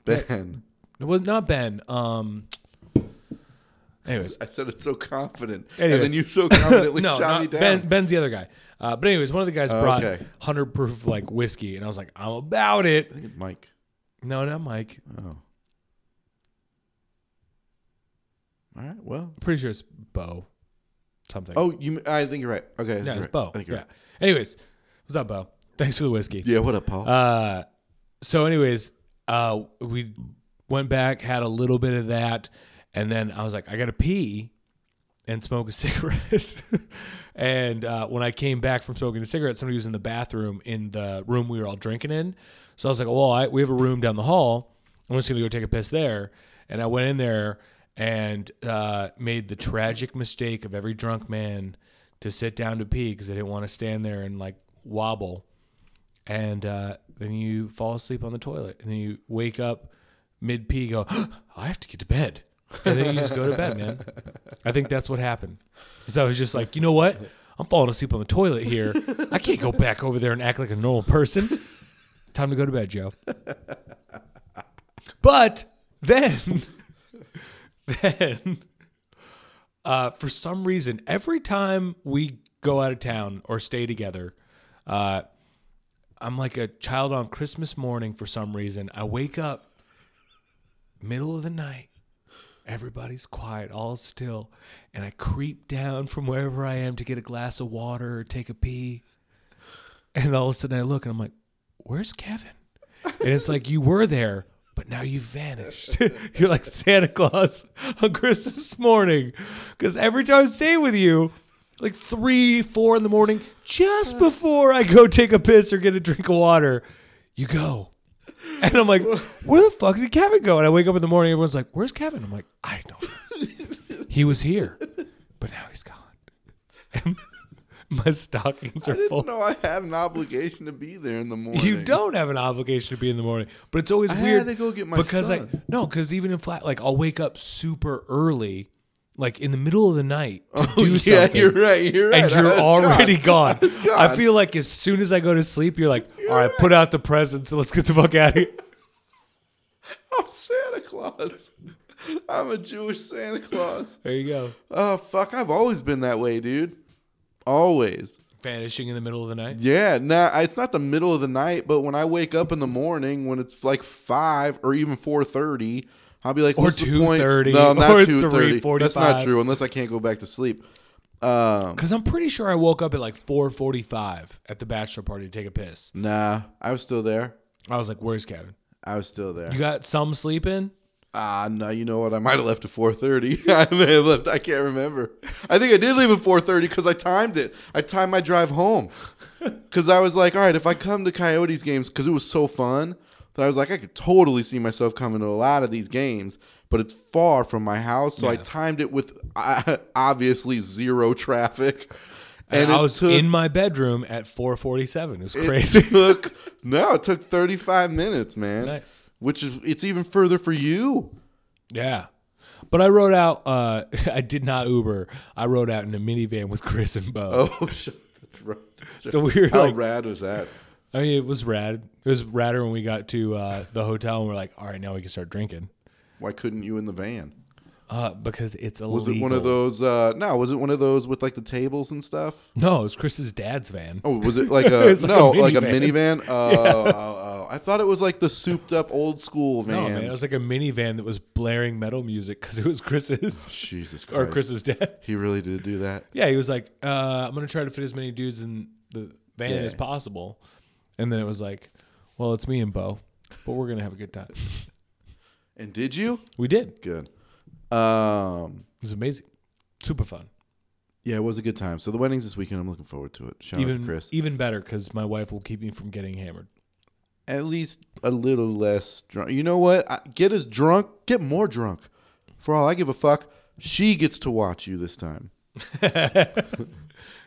[SPEAKER 4] Ben.
[SPEAKER 5] it was not Ben. Um. Anyways,
[SPEAKER 4] I said it so confident, and
[SPEAKER 5] Anyways.
[SPEAKER 4] then you so confidently
[SPEAKER 5] no,
[SPEAKER 4] shot me
[SPEAKER 5] not
[SPEAKER 4] down. Oh,
[SPEAKER 5] ben, Ben's the other guy. Uh, but anyways, one of the guys brought
[SPEAKER 4] okay.
[SPEAKER 5] hundred proof like whiskey, and I was like, I'm about it.
[SPEAKER 4] Mike, Oh.
[SPEAKER 5] No, not Mike.
[SPEAKER 4] all right, well,
[SPEAKER 5] pretty sure it's Bo. Something.
[SPEAKER 4] oh, you, I think you're right. Okay, I think
[SPEAKER 5] Yeah,
[SPEAKER 4] you're
[SPEAKER 5] it's
[SPEAKER 4] right.
[SPEAKER 5] Bo.
[SPEAKER 4] I think you're
[SPEAKER 5] yeah.
[SPEAKER 4] right.
[SPEAKER 5] Anyways, what's up, Bo? Thanks for the whiskey.
[SPEAKER 4] Yeah, what up, Paul?
[SPEAKER 5] Uh, so, anyways, uh, we went back, had a little bit of that, and then I was like, I gotta pee and smoke a cigarette. and uh, when I came back from smoking a cigarette, somebody was in the bathroom in the room we were all drinking in. So I was like, well, I, we have a room down the hall. I'm just gonna go take a piss there. And I went in there and uh, made the tragic mistake of every drunk man to sit down to pee because I didn't want to stand there and like wobble and uh, then you fall asleep on the toilet, and then you wake up mid pee, go, I have to get to bed, and then you just go to bed, man. I think that's what happened. So I was just like, you know what? I'm falling asleep on the toilet here. I can't go back over there and act like a normal person. Time to go to bed, Joe. But then, then, uh, for some reason, every time we go out of town or stay together, uh, I'm like a child on Christmas morning for some reason. I wake up middle of the night. Everybody's quiet, all still, and I creep down from wherever I am to get a glass of water or take a pee. And all of a sudden I look and I'm like, "Where's Kevin?" And it's like you were there, but now you've vanished. You're like Santa Claus on Christmas morning, because every time I stay with you, like three, four in the morning, just before I go take a piss or get a drink of water, you go. And I'm like, where the fuck did Kevin go? And I wake up in the morning, everyone's like, where's Kevin? I'm like, I don't know. he was here, but now he's gone. And my stockings are
[SPEAKER 4] I
[SPEAKER 5] full.
[SPEAKER 4] didn't know I had an obligation to be there in the morning.
[SPEAKER 5] You don't have an obligation to be in the morning, but it's always
[SPEAKER 4] I
[SPEAKER 5] weird
[SPEAKER 4] had to go get my
[SPEAKER 5] because I
[SPEAKER 4] son.
[SPEAKER 5] no, because even in flat, like I'll wake up super early, like in the middle of the night to do
[SPEAKER 4] Oh, yeah,
[SPEAKER 5] something.
[SPEAKER 4] you're right. You're right.
[SPEAKER 5] and you're
[SPEAKER 4] I was
[SPEAKER 5] already
[SPEAKER 4] gone.
[SPEAKER 5] gone. I
[SPEAKER 4] gone.
[SPEAKER 5] feel like as soon as I go to sleep, you're like, all right, put out the presents and let's get the fuck out of here.
[SPEAKER 4] I'm Santa Claus. I'm a Jewish Santa Claus.
[SPEAKER 5] There you go.
[SPEAKER 4] Oh fuck! I've always been that way, dude. Always.
[SPEAKER 5] Vanishing in the middle of the night.
[SPEAKER 4] Yeah. Nah. I- It's not the middle of the night, but when I wake up in the morning, when it's like five or even four thirty, I'll be like,
[SPEAKER 5] Or
[SPEAKER 4] "What's the point?"
[SPEAKER 5] 2:30,
[SPEAKER 4] No,
[SPEAKER 5] or
[SPEAKER 4] not two thirty. That's
[SPEAKER 5] 3:45.
[SPEAKER 4] not true. Unless I can't go back to sleep. Um.
[SPEAKER 5] Because I'm pretty sure I woke up at like 4.45 at the bachelor party to take a piss.
[SPEAKER 4] Nah. I was still there.
[SPEAKER 5] I was like, where's Kevin?
[SPEAKER 4] I was still there.
[SPEAKER 5] You got some sleep in?
[SPEAKER 4] Ah, no, you know what? I might have left at four thirty. I may have left. I can't remember. I think I did leave at four thirty because I timed it. I timed my drive home because I was like, all right, if I come to Coyotes games because it was so fun that I was like, I could totally see myself coming to a lot of these games, but it's far from my house, so I timed it with uh, obviously zero traffic.
[SPEAKER 5] And, I
[SPEAKER 4] it
[SPEAKER 5] was
[SPEAKER 4] took-
[SPEAKER 5] in my bedroom at 4.47. It was
[SPEAKER 4] it
[SPEAKER 5] crazy.
[SPEAKER 4] took no, it took thirty five minutes, man.
[SPEAKER 5] Nice.
[SPEAKER 4] Which is it's even further for you.
[SPEAKER 5] yeah. But I rode out, uh, I did not Uber. I rode out in a minivan with Chris and Bo.
[SPEAKER 4] Oh shit, that's right. That's
[SPEAKER 5] So
[SPEAKER 4] right.
[SPEAKER 5] we were
[SPEAKER 4] How
[SPEAKER 5] like-
[SPEAKER 4] rad was that?
[SPEAKER 5] I mean, it was rad. It was radder when we got to uh, the hotel and we're like, all right, now we can start drinking
[SPEAKER 4] Why couldn't you in the van?
[SPEAKER 5] uh, because it's illegal.
[SPEAKER 4] Was it one of those? Uh, no, was it one of those with like the tables and stuff?
[SPEAKER 5] No, it was Chris's dad's van.
[SPEAKER 4] Oh, was it like a
[SPEAKER 5] It's like
[SPEAKER 4] no,
[SPEAKER 5] a
[SPEAKER 4] like a
[SPEAKER 5] minivan.
[SPEAKER 4] minivan? Oh, oh, oh, I thought it was like the souped up old school van.
[SPEAKER 5] no, man, it was like a minivan that was blaring metal music because it was Chris's
[SPEAKER 4] Jesus
[SPEAKER 5] or
[SPEAKER 4] Oh, Christ,
[SPEAKER 5] Chris's dad.
[SPEAKER 4] he really did do that.
[SPEAKER 5] Yeah, he was like, uh, I'm gonna try to fit as many dudes in the van
[SPEAKER 4] Yeah.
[SPEAKER 5] as possible, and then it was like, well, it's me and Bo, but we're gonna have a good time.
[SPEAKER 4] And did you?
[SPEAKER 5] We did. It
[SPEAKER 4] Good. Um,
[SPEAKER 5] was amazing, super fun.
[SPEAKER 4] yeah, it was a good time. So the wedding's this weekend. I'm looking forward to it. Shout out
[SPEAKER 5] Even
[SPEAKER 4] to Chris.
[SPEAKER 5] even better because my wife will keep me from getting hammered.
[SPEAKER 4] at least a little less drunk. You know what? I, get as drunk, get more drunk. For all I give a fuck, she gets to watch you this time.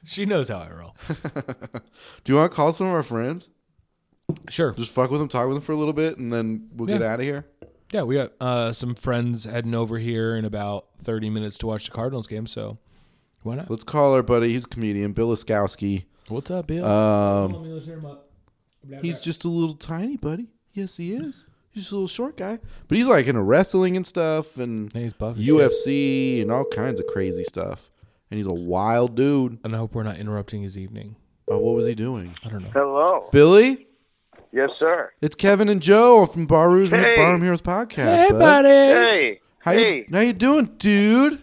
[SPEAKER 5] She knows how I roll.
[SPEAKER 4] Do you want to call some of our friends?
[SPEAKER 5] Sure.
[SPEAKER 4] Just fuck with them, talk with them for a little bit, and then we'll get
[SPEAKER 5] Yeah.
[SPEAKER 4] out of here.
[SPEAKER 5] Yeah, we got uh, some friends heading over here in about 30 minutes to watch the Cardinals game, so why not?
[SPEAKER 4] Let's call our buddy. He's a comedian, Bill Laskowski.
[SPEAKER 5] What's up, Bill?
[SPEAKER 4] Um, he's just a little tiny buddy. Yes, he is. He's just a little short guy, but he's like into wrestling and stuff, and
[SPEAKER 5] Hey, he's buff as
[SPEAKER 4] UFC and all kinds of crazy stuff. And he's a wild dude.
[SPEAKER 5] and I hope we're not interrupting his evening.
[SPEAKER 4] Oh, what was he doing,
[SPEAKER 5] I don't know.
[SPEAKER 7] Hello.
[SPEAKER 4] Billy?
[SPEAKER 7] Yes, sir.
[SPEAKER 4] It's Kevin and Joe from Bar Rules
[SPEAKER 7] Hey.
[SPEAKER 4] Barroom Heroes podcast.
[SPEAKER 5] Hey,
[SPEAKER 4] bud.
[SPEAKER 5] buddy.
[SPEAKER 7] Hey.
[SPEAKER 4] How
[SPEAKER 7] hey.
[SPEAKER 4] you how you doing, dude?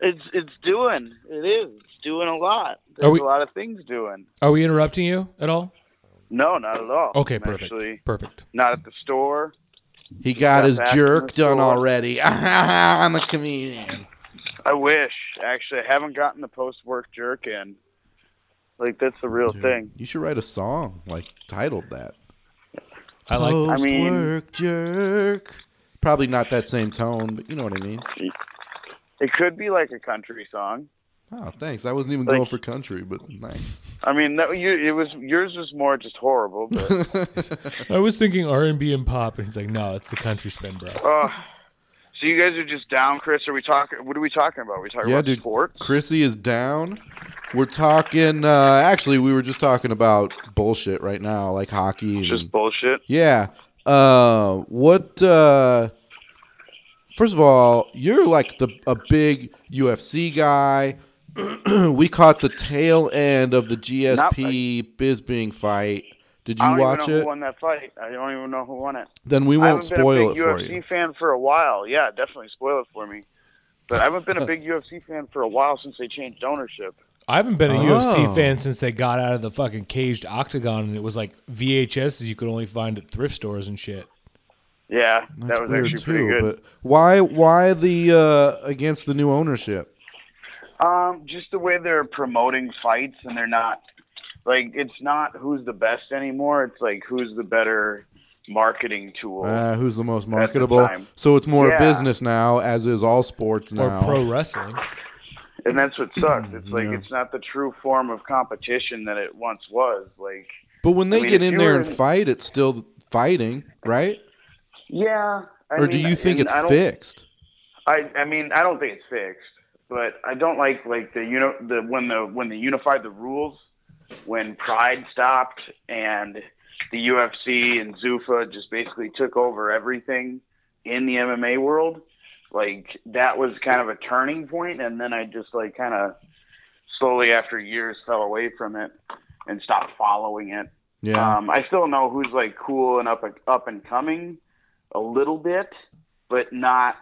[SPEAKER 7] It's it's doing. It is. It's doing a lot.
[SPEAKER 5] Are
[SPEAKER 7] There's
[SPEAKER 5] we-
[SPEAKER 7] a lot of things doing.
[SPEAKER 5] Are we interrupting you at all?
[SPEAKER 7] No, not at all.
[SPEAKER 5] Okay,
[SPEAKER 7] I'm
[SPEAKER 5] perfect.
[SPEAKER 7] Actually,
[SPEAKER 5] Perfect.
[SPEAKER 7] not at the store.
[SPEAKER 4] He got his
[SPEAKER 7] back
[SPEAKER 4] jerk
[SPEAKER 7] from the
[SPEAKER 4] done
[SPEAKER 7] store.
[SPEAKER 4] already. I'm a comedian.
[SPEAKER 7] I wish. Actually, I haven't gotten the post-work jerk in. Like that's the real thing.
[SPEAKER 4] You should write a song like titled that.
[SPEAKER 5] I like
[SPEAKER 4] Post
[SPEAKER 7] I mean-
[SPEAKER 4] work jerk. Probably not that same tone, but you know what I mean.
[SPEAKER 7] It could be like a country song.
[SPEAKER 4] Oh, thanks. I wasn't even
[SPEAKER 7] Like-
[SPEAKER 4] going for country, but nice.
[SPEAKER 7] I mean, that, you, it was yours was more just horrible. But
[SPEAKER 5] I was thinking R&B and pop, and he's like, no, it's the country spin, bro.
[SPEAKER 7] oh. so you guys are just down, Chris? Are we talking? What are we talking about? we talking
[SPEAKER 4] Yeah,
[SPEAKER 7] about
[SPEAKER 4] dude.
[SPEAKER 7] sports?
[SPEAKER 4] Chrissy is down. We're talking. Uh, actually, we were just talking about bullshit right now, like hockey. and-
[SPEAKER 7] Just bullshit.
[SPEAKER 4] Yeah. Uh, what? Uh, first of all, you're like the a big UFC guy. we caught the tail end of the GSP Bisbing fight. Did
[SPEAKER 7] I
[SPEAKER 4] you
[SPEAKER 7] don't
[SPEAKER 4] watch
[SPEAKER 7] even know
[SPEAKER 4] it?
[SPEAKER 7] who won that fight. I don't even know who won it.
[SPEAKER 4] Then we
[SPEAKER 7] I
[SPEAKER 4] won't
[SPEAKER 7] haven't been
[SPEAKER 4] spoil
[SPEAKER 7] a
[SPEAKER 4] it
[SPEAKER 7] big
[SPEAKER 4] for
[SPEAKER 7] UFC
[SPEAKER 4] you.
[SPEAKER 7] fan for a while. Yeah, definitely spoil it for me. But I haven't been a big UFC fan for a while since they changed ownership.
[SPEAKER 5] I haven't been a
[SPEAKER 4] Oh.
[SPEAKER 5] UFC fan since they got out of the fucking caged octagon and it was like VHSs you could only find at thrift stores and shit.
[SPEAKER 7] Yeah,
[SPEAKER 4] That's
[SPEAKER 7] that was
[SPEAKER 4] weird
[SPEAKER 7] actually
[SPEAKER 4] too,
[SPEAKER 7] pretty good.
[SPEAKER 4] But why why the uh, against the new ownership?
[SPEAKER 7] Um, just the way they're promoting fights and they're not like it's not who's the best anymore. It's like who's the better marketing tool.
[SPEAKER 4] Uh, who's the most marketable?
[SPEAKER 7] Oh. time.
[SPEAKER 4] So it's more a
[SPEAKER 7] Yeah.
[SPEAKER 4] business now, as is all sports
[SPEAKER 5] Or
[SPEAKER 4] now.
[SPEAKER 5] pro wrestling.
[SPEAKER 7] and that's what sucks. It's like
[SPEAKER 4] Yeah.
[SPEAKER 7] it's not the true form of competition that it once was. Like
[SPEAKER 4] but when they
[SPEAKER 7] I mean,
[SPEAKER 4] get
[SPEAKER 7] if
[SPEAKER 4] in
[SPEAKER 7] you
[SPEAKER 4] there
[SPEAKER 7] were
[SPEAKER 4] and
[SPEAKER 7] in-
[SPEAKER 4] fight, it's still fighting, right?
[SPEAKER 7] yeah. I
[SPEAKER 4] or do
[SPEAKER 7] mean,
[SPEAKER 4] you think
[SPEAKER 7] and
[SPEAKER 4] it's
[SPEAKER 7] I don't-
[SPEAKER 4] fixed?
[SPEAKER 7] I I mean I don't think it's fixed, but I don't like like the you know the when the when they unified the rules, when Pride stopped and the UFC and Zuffa just basically took over everything in the MMA world. Like that was kind of a turning point, and then I just like kind of slowly after years fell away from it and stopped following it.
[SPEAKER 4] Yeah.
[SPEAKER 7] Um, I still know who's like cool and up up and coming a little bit, but not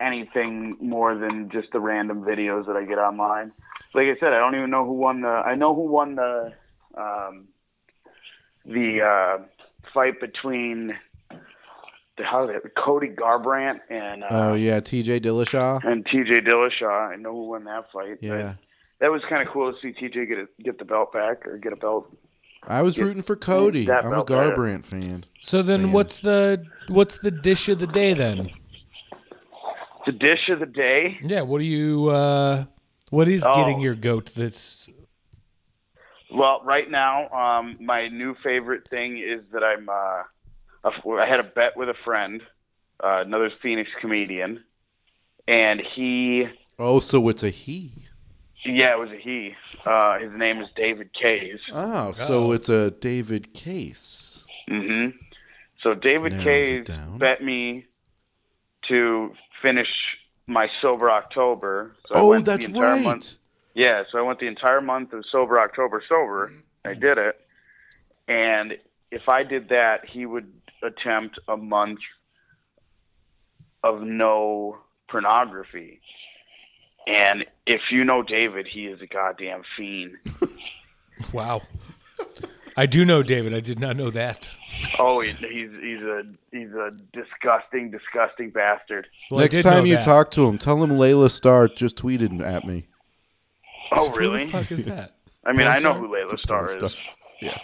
[SPEAKER 7] anything more than just the random videos that I get online. Like I said, I don't even know who won the. I know who won the um, the uh, fight between the how did it, Cody Garbrandt and uh,
[SPEAKER 4] oh yeah, T.J. Dillashaw.
[SPEAKER 7] and T.J. Dillashaw. I know who won that fight.
[SPEAKER 4] Yeah.
[SPEAKER 7] That was kind of cool to see T.J. get a, get the belt back or get a belt.
[SPEAKER 4] I was rooting for Cody.
[SPEAKER 7] that
[SPEAKER 4] I'm a
[SPEAKER 7] felt better.
[SPEAKER 4] Garbrandt fan.
[SPEAKER 5] So then what's the what's the dish of the day then?
[SPEAKER 7] The dish of the day.
[SPEAKER 5] Yeah, what do you uh what is
[SPEAKER 7] Oh.
[SPEAKER 5] getting your goat that's
[SPEAKER 7] Well, right now, um, my new favorite thing is that I'm. Uh, a- I had a bet with a friend, uh, another Phoenix comedian, and he.
[SPEAKER 4] Oh, so it's a he.
[SPEAKER 7] Yeah, it was a he. Uh, his name is David Kays.
[SPEAKER 4] Oh, so it's a David Case.
[SPEAKER 7] hmm So David
[SPEAKER 4] Narrows
[SPEAKER 7] Kays
[SPEAKER 4] it down.
[SPEAKER 7] bet me to finish my sober October. So I
[SPEAKER 4] Oh,
[SPEAKER 7] went the
[SPEAKER 4] that's
[SPEAKER 7] entire
[SPEAKER 4] right.
[SPEAKER 7] month- Yeah, so I went the entire month of sober October sober. I
[SPEAKER 5] Mm-hmm.
[SPEAKER 7] did it, and if I did that, he would attempt a month of no pornography. And if you know David, he is a goddamn fiend.
[SPEAKER 5] wow. I do know David, I did not know that.
[SPEAKER 7] Oh, he- he's he's a he's a disgusting, disgusting bastard.
[SPEAKER 5] Well, I
[SPEAKER 4] Next
[SPEAKER 5] did know
[SPEAKER 4] time you
[SPEAKER 5] that.
[SPEAKER 4] talk to him, tell him Layla Starr just tweeted at me.
[SPEAKER 7] Oh,
[SPEAKER 5] Who
[SPEAKER 7] really?
[SPEAKER 5] the fuck is that?
[SPEAKER 7] I mean, I know
[SPEAKER 5] Porn
[SPEAKER 7] who Layla Starr
[SPEAKER 4] porn
[SPEAKER 7] is.
[SPEAKER 4] star. Yeah.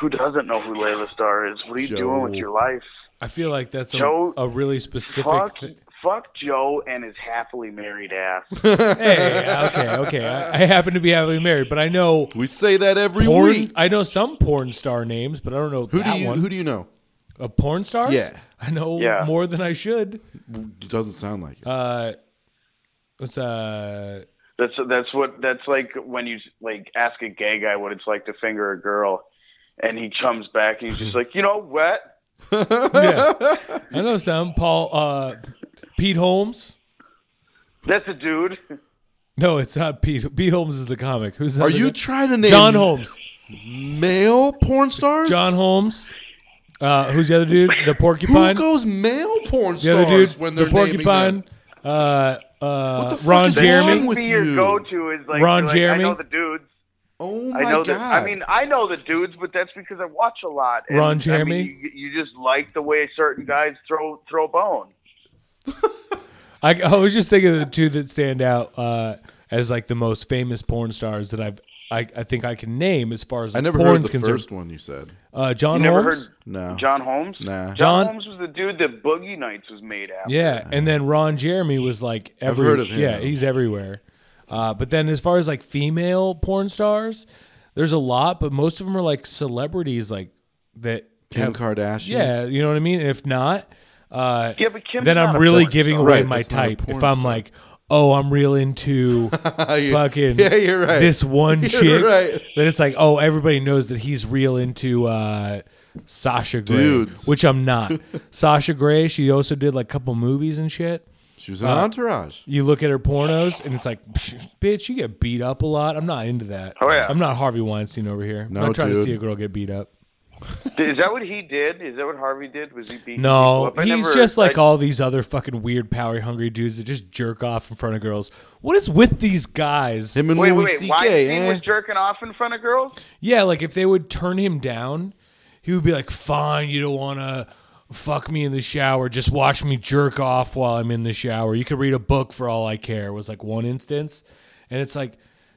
[SPEAKER 7] Who doesn't know who Layla Starr is? What are you
[SPEAKER 4] Joe.
[SPEAKER 7] doing with your life?
[SPEAKER 5] I feel like that's a,
[SPEAKER 7] Joe-
[SPEAKER 5] a really specific
[SPEAKER 7] Fuck,
[SPEAKER 5] thi-
[SPEAKER 7] fuck Joe and his happily married ass.
[SPEAKER 5] Hey, okay, okay. I, I happen to be happily married, but I know
[SPEAKER 4] We say that every
[SPEAKER 5] porn.
[SPEAKER 4] week.
[SPEAKER 5] I know some porn star names, but I don't know
[SPEAKER 4] Who
[SPEAKER 5] that
[SPEAKER 4] do you
[SPEAKER 5] one.
[SPEAKER 4] who do you know?
[SPEAKER 5] of porn stars?
[SPEAKER 4] Yeah.
[SPEAKER 5] I know
[SPEAKER 7] Yeah.
[SPEAKER 5] more than I should.
[SPEAKER 4] It doesn't sound like it.
[SPEAKER 5] Uh, it's uh,
[SPEAKER 7] That's that's what that's like when you like ask a gay guy what it's like to finger a girl, and he comes back and he's just like, you know what?
[SPEAKER 5] yeah. I know some Paul uh, Pete Holmes.
[SPEAKER 7] That's a dude.
[SPEAKER 5] No, it's not Pete. Pete Holmes is the comic. Who's that?
[SPEAKER 4] Are
[SPEAKER 5] other
[SPEAKER 4] you
[SPEAKER 5] guy?
[SPEAKER 4] trying to name
[SPEAKER 5] John Holmes?
[SPEAKER 4] male porn stars?
[SPEAKER 5] John Holmes. Uh, who's the other dude? The
[SPEAKER 4] who
[SPEAKER 5] porcupine.
[SPEAKER 4] goes male porn
[SPEAKER 5] the
[SPEAKER 4] stars
[SPEAKER 5] other dude.
[SPEAKER 4] when
[SPEAKER 5] the
[SPEAKER 4] they're naming
[SPEAKER 5] porcupine.
[SPEAKER 4] them?
[SPEAKER 5] Uh, uh,
[SPEAKER 4] What the fuck
[SPEAKER 5] Ron
[SPEAKER 4] is wrong
[SPEAKER 5] Jeremy.
[SPEAKER 4] I'm with
[SPEAKER 7] Be your
[SPEAKER 4] you.
[SPEAKER 7] go-to is like,
[SPEAKER 5] Ron
[SPEAKER 7] you're like,
[SPEAKER 5] Jeremy?
[SPEAKER 7] I know the dudes.
[SPEAKER 4] Oh my
[SPEAKER 7] I know
[SPEAKER 4] god!
[SPEAKER 7] that. I mean, I know the dudes, but that's because I watch a lot. And,
[SPEAKER 5] Ron
[SPEAKER 7] I mean,
[SPEAKER 5] Jeremy?
[SPEAKER 7] you, you just like the way certain guys throw throw bone.
[SPEAKER 5] I, I was just thinking of the two that stand out uh, as like the most famous porn stars that I've I, I think I can name as far as
[SPEAKER 4] I never
[SPEAKER 5] porn's
[SPEAKER 4] heard the
[SPEAKER 5] concerned.
[SPEAKER 4] first one you said.
[SPEAKER 5] Uh, John
[SPEAKER 7] You never
[SPEAKER 5] Holmes.
[SPEAKER 7] heard
[SPEAKER 4] No.
[SPEAKER 7] John Holmes?
[SPEAKER 4] Nah.
[SPEAKER 7] John,
[SPEAKER 5] John-
[SPEAKER 7] Holmes was the dude that Boogie Nights was made after.
[SPEAKER 5] Yeah, and then Ron Jeremy was like every
[SPEAKER 4] heard of him.
[SPEAKER 5] yeah he's everywhere. Uh, but then as far as like female porn stars, there's a lot, but most of them are like celebrities like that.
[SPEAKER 4] Kim
[SPEAKER 5] have-
[SPEAKER 4] Kardashian.
[SPEAKER 5] Yeah, you know what I mean. If not, uh,
[SPEAKER 7] Yeah, but Kim's
[SPEAKER 5] then
[SPEAKER 7] not
[SPEAKER 5] I'm
[SPEAKER 7] a
[SPEAKER 5] really
[SPEAKER 7] porn
[SPEAKER 5] giving
[SPEAKER 7] star.
[SPEAKER 5] away
[SPEAKER 4] Right,
[SPEAKER 5] my
[SPEAKER 4] that's not a
[SPEAKER 5] type. If
[SPEAKER 4] porn
[SPEAKER 5] I'm
[SPEAKER 4] star.
[SPEAKER 5] like, oh, I'm real into
[SPEAKER 4] You-
[SPEAKER 5] fucking
[SPEAKER 4] Yeah, you're right.
[SPEAKER 5] this one
[SPEAKER 4] You're
[SPEAKER 5] chick.
[SPEAKER 4] right.
[SPEAKER 5] That it's like, oh, everybody knows that he's real into uh, Sasha Grey,
[SPEAKER 4] Dudes.
[SPEAKER 5] which I'm not. Sasha Grey, she also did like a couple movies and shit.
[SPEAKER 4] She was an entourage.
[SPEAKER 5] You look at her pornos, and it's like, "Psh, bitch, you get beat up a lot. I'm not into that.
[SPEAKER 7] Oh, yeah.
[SPEAKER 5] I'm not Harvey Weinstein over here.
[SPEAKER 4] No,
[SPEAKER 5] I'm not trying
[SPEAKER 4] dude.
[SPEAKER 5] to see a girl get beat up.
[SPEAKER 7] Is that what he did? Is that what Harvey did? Was he beating people
[SPEAKER 5] No,
[SPEAKER 7] up? I
[SPEAKER 5] he's
[SPEAKER 7] never-
[SPEAKER 5] just like
[SPEAKER 7] I-
[SPEAKER 5] all these other fucking weird, power hungry dudes that just jerk off in front of girls. What is with these guys?
[SPEAKER 4] Him and
[SPEAKER 7] Wait,
[SPEAKER 4] Louis
[SPEAKER 7] wait, wait.
[SPEAKER 4] C.K.
[SPEAKER 7] Weinstein
[SPEAKER 4] eh?
[SPEAKER 7] was jerking off in front of girls?
[SPEAKER 5] Yeah, like if they would turn him down, he would be like, "Fine, you don't want to fuck me in the shower. Just watch me jerk off while I'm in the shower. You could read a book for all I care." Was like one instance, and it's like,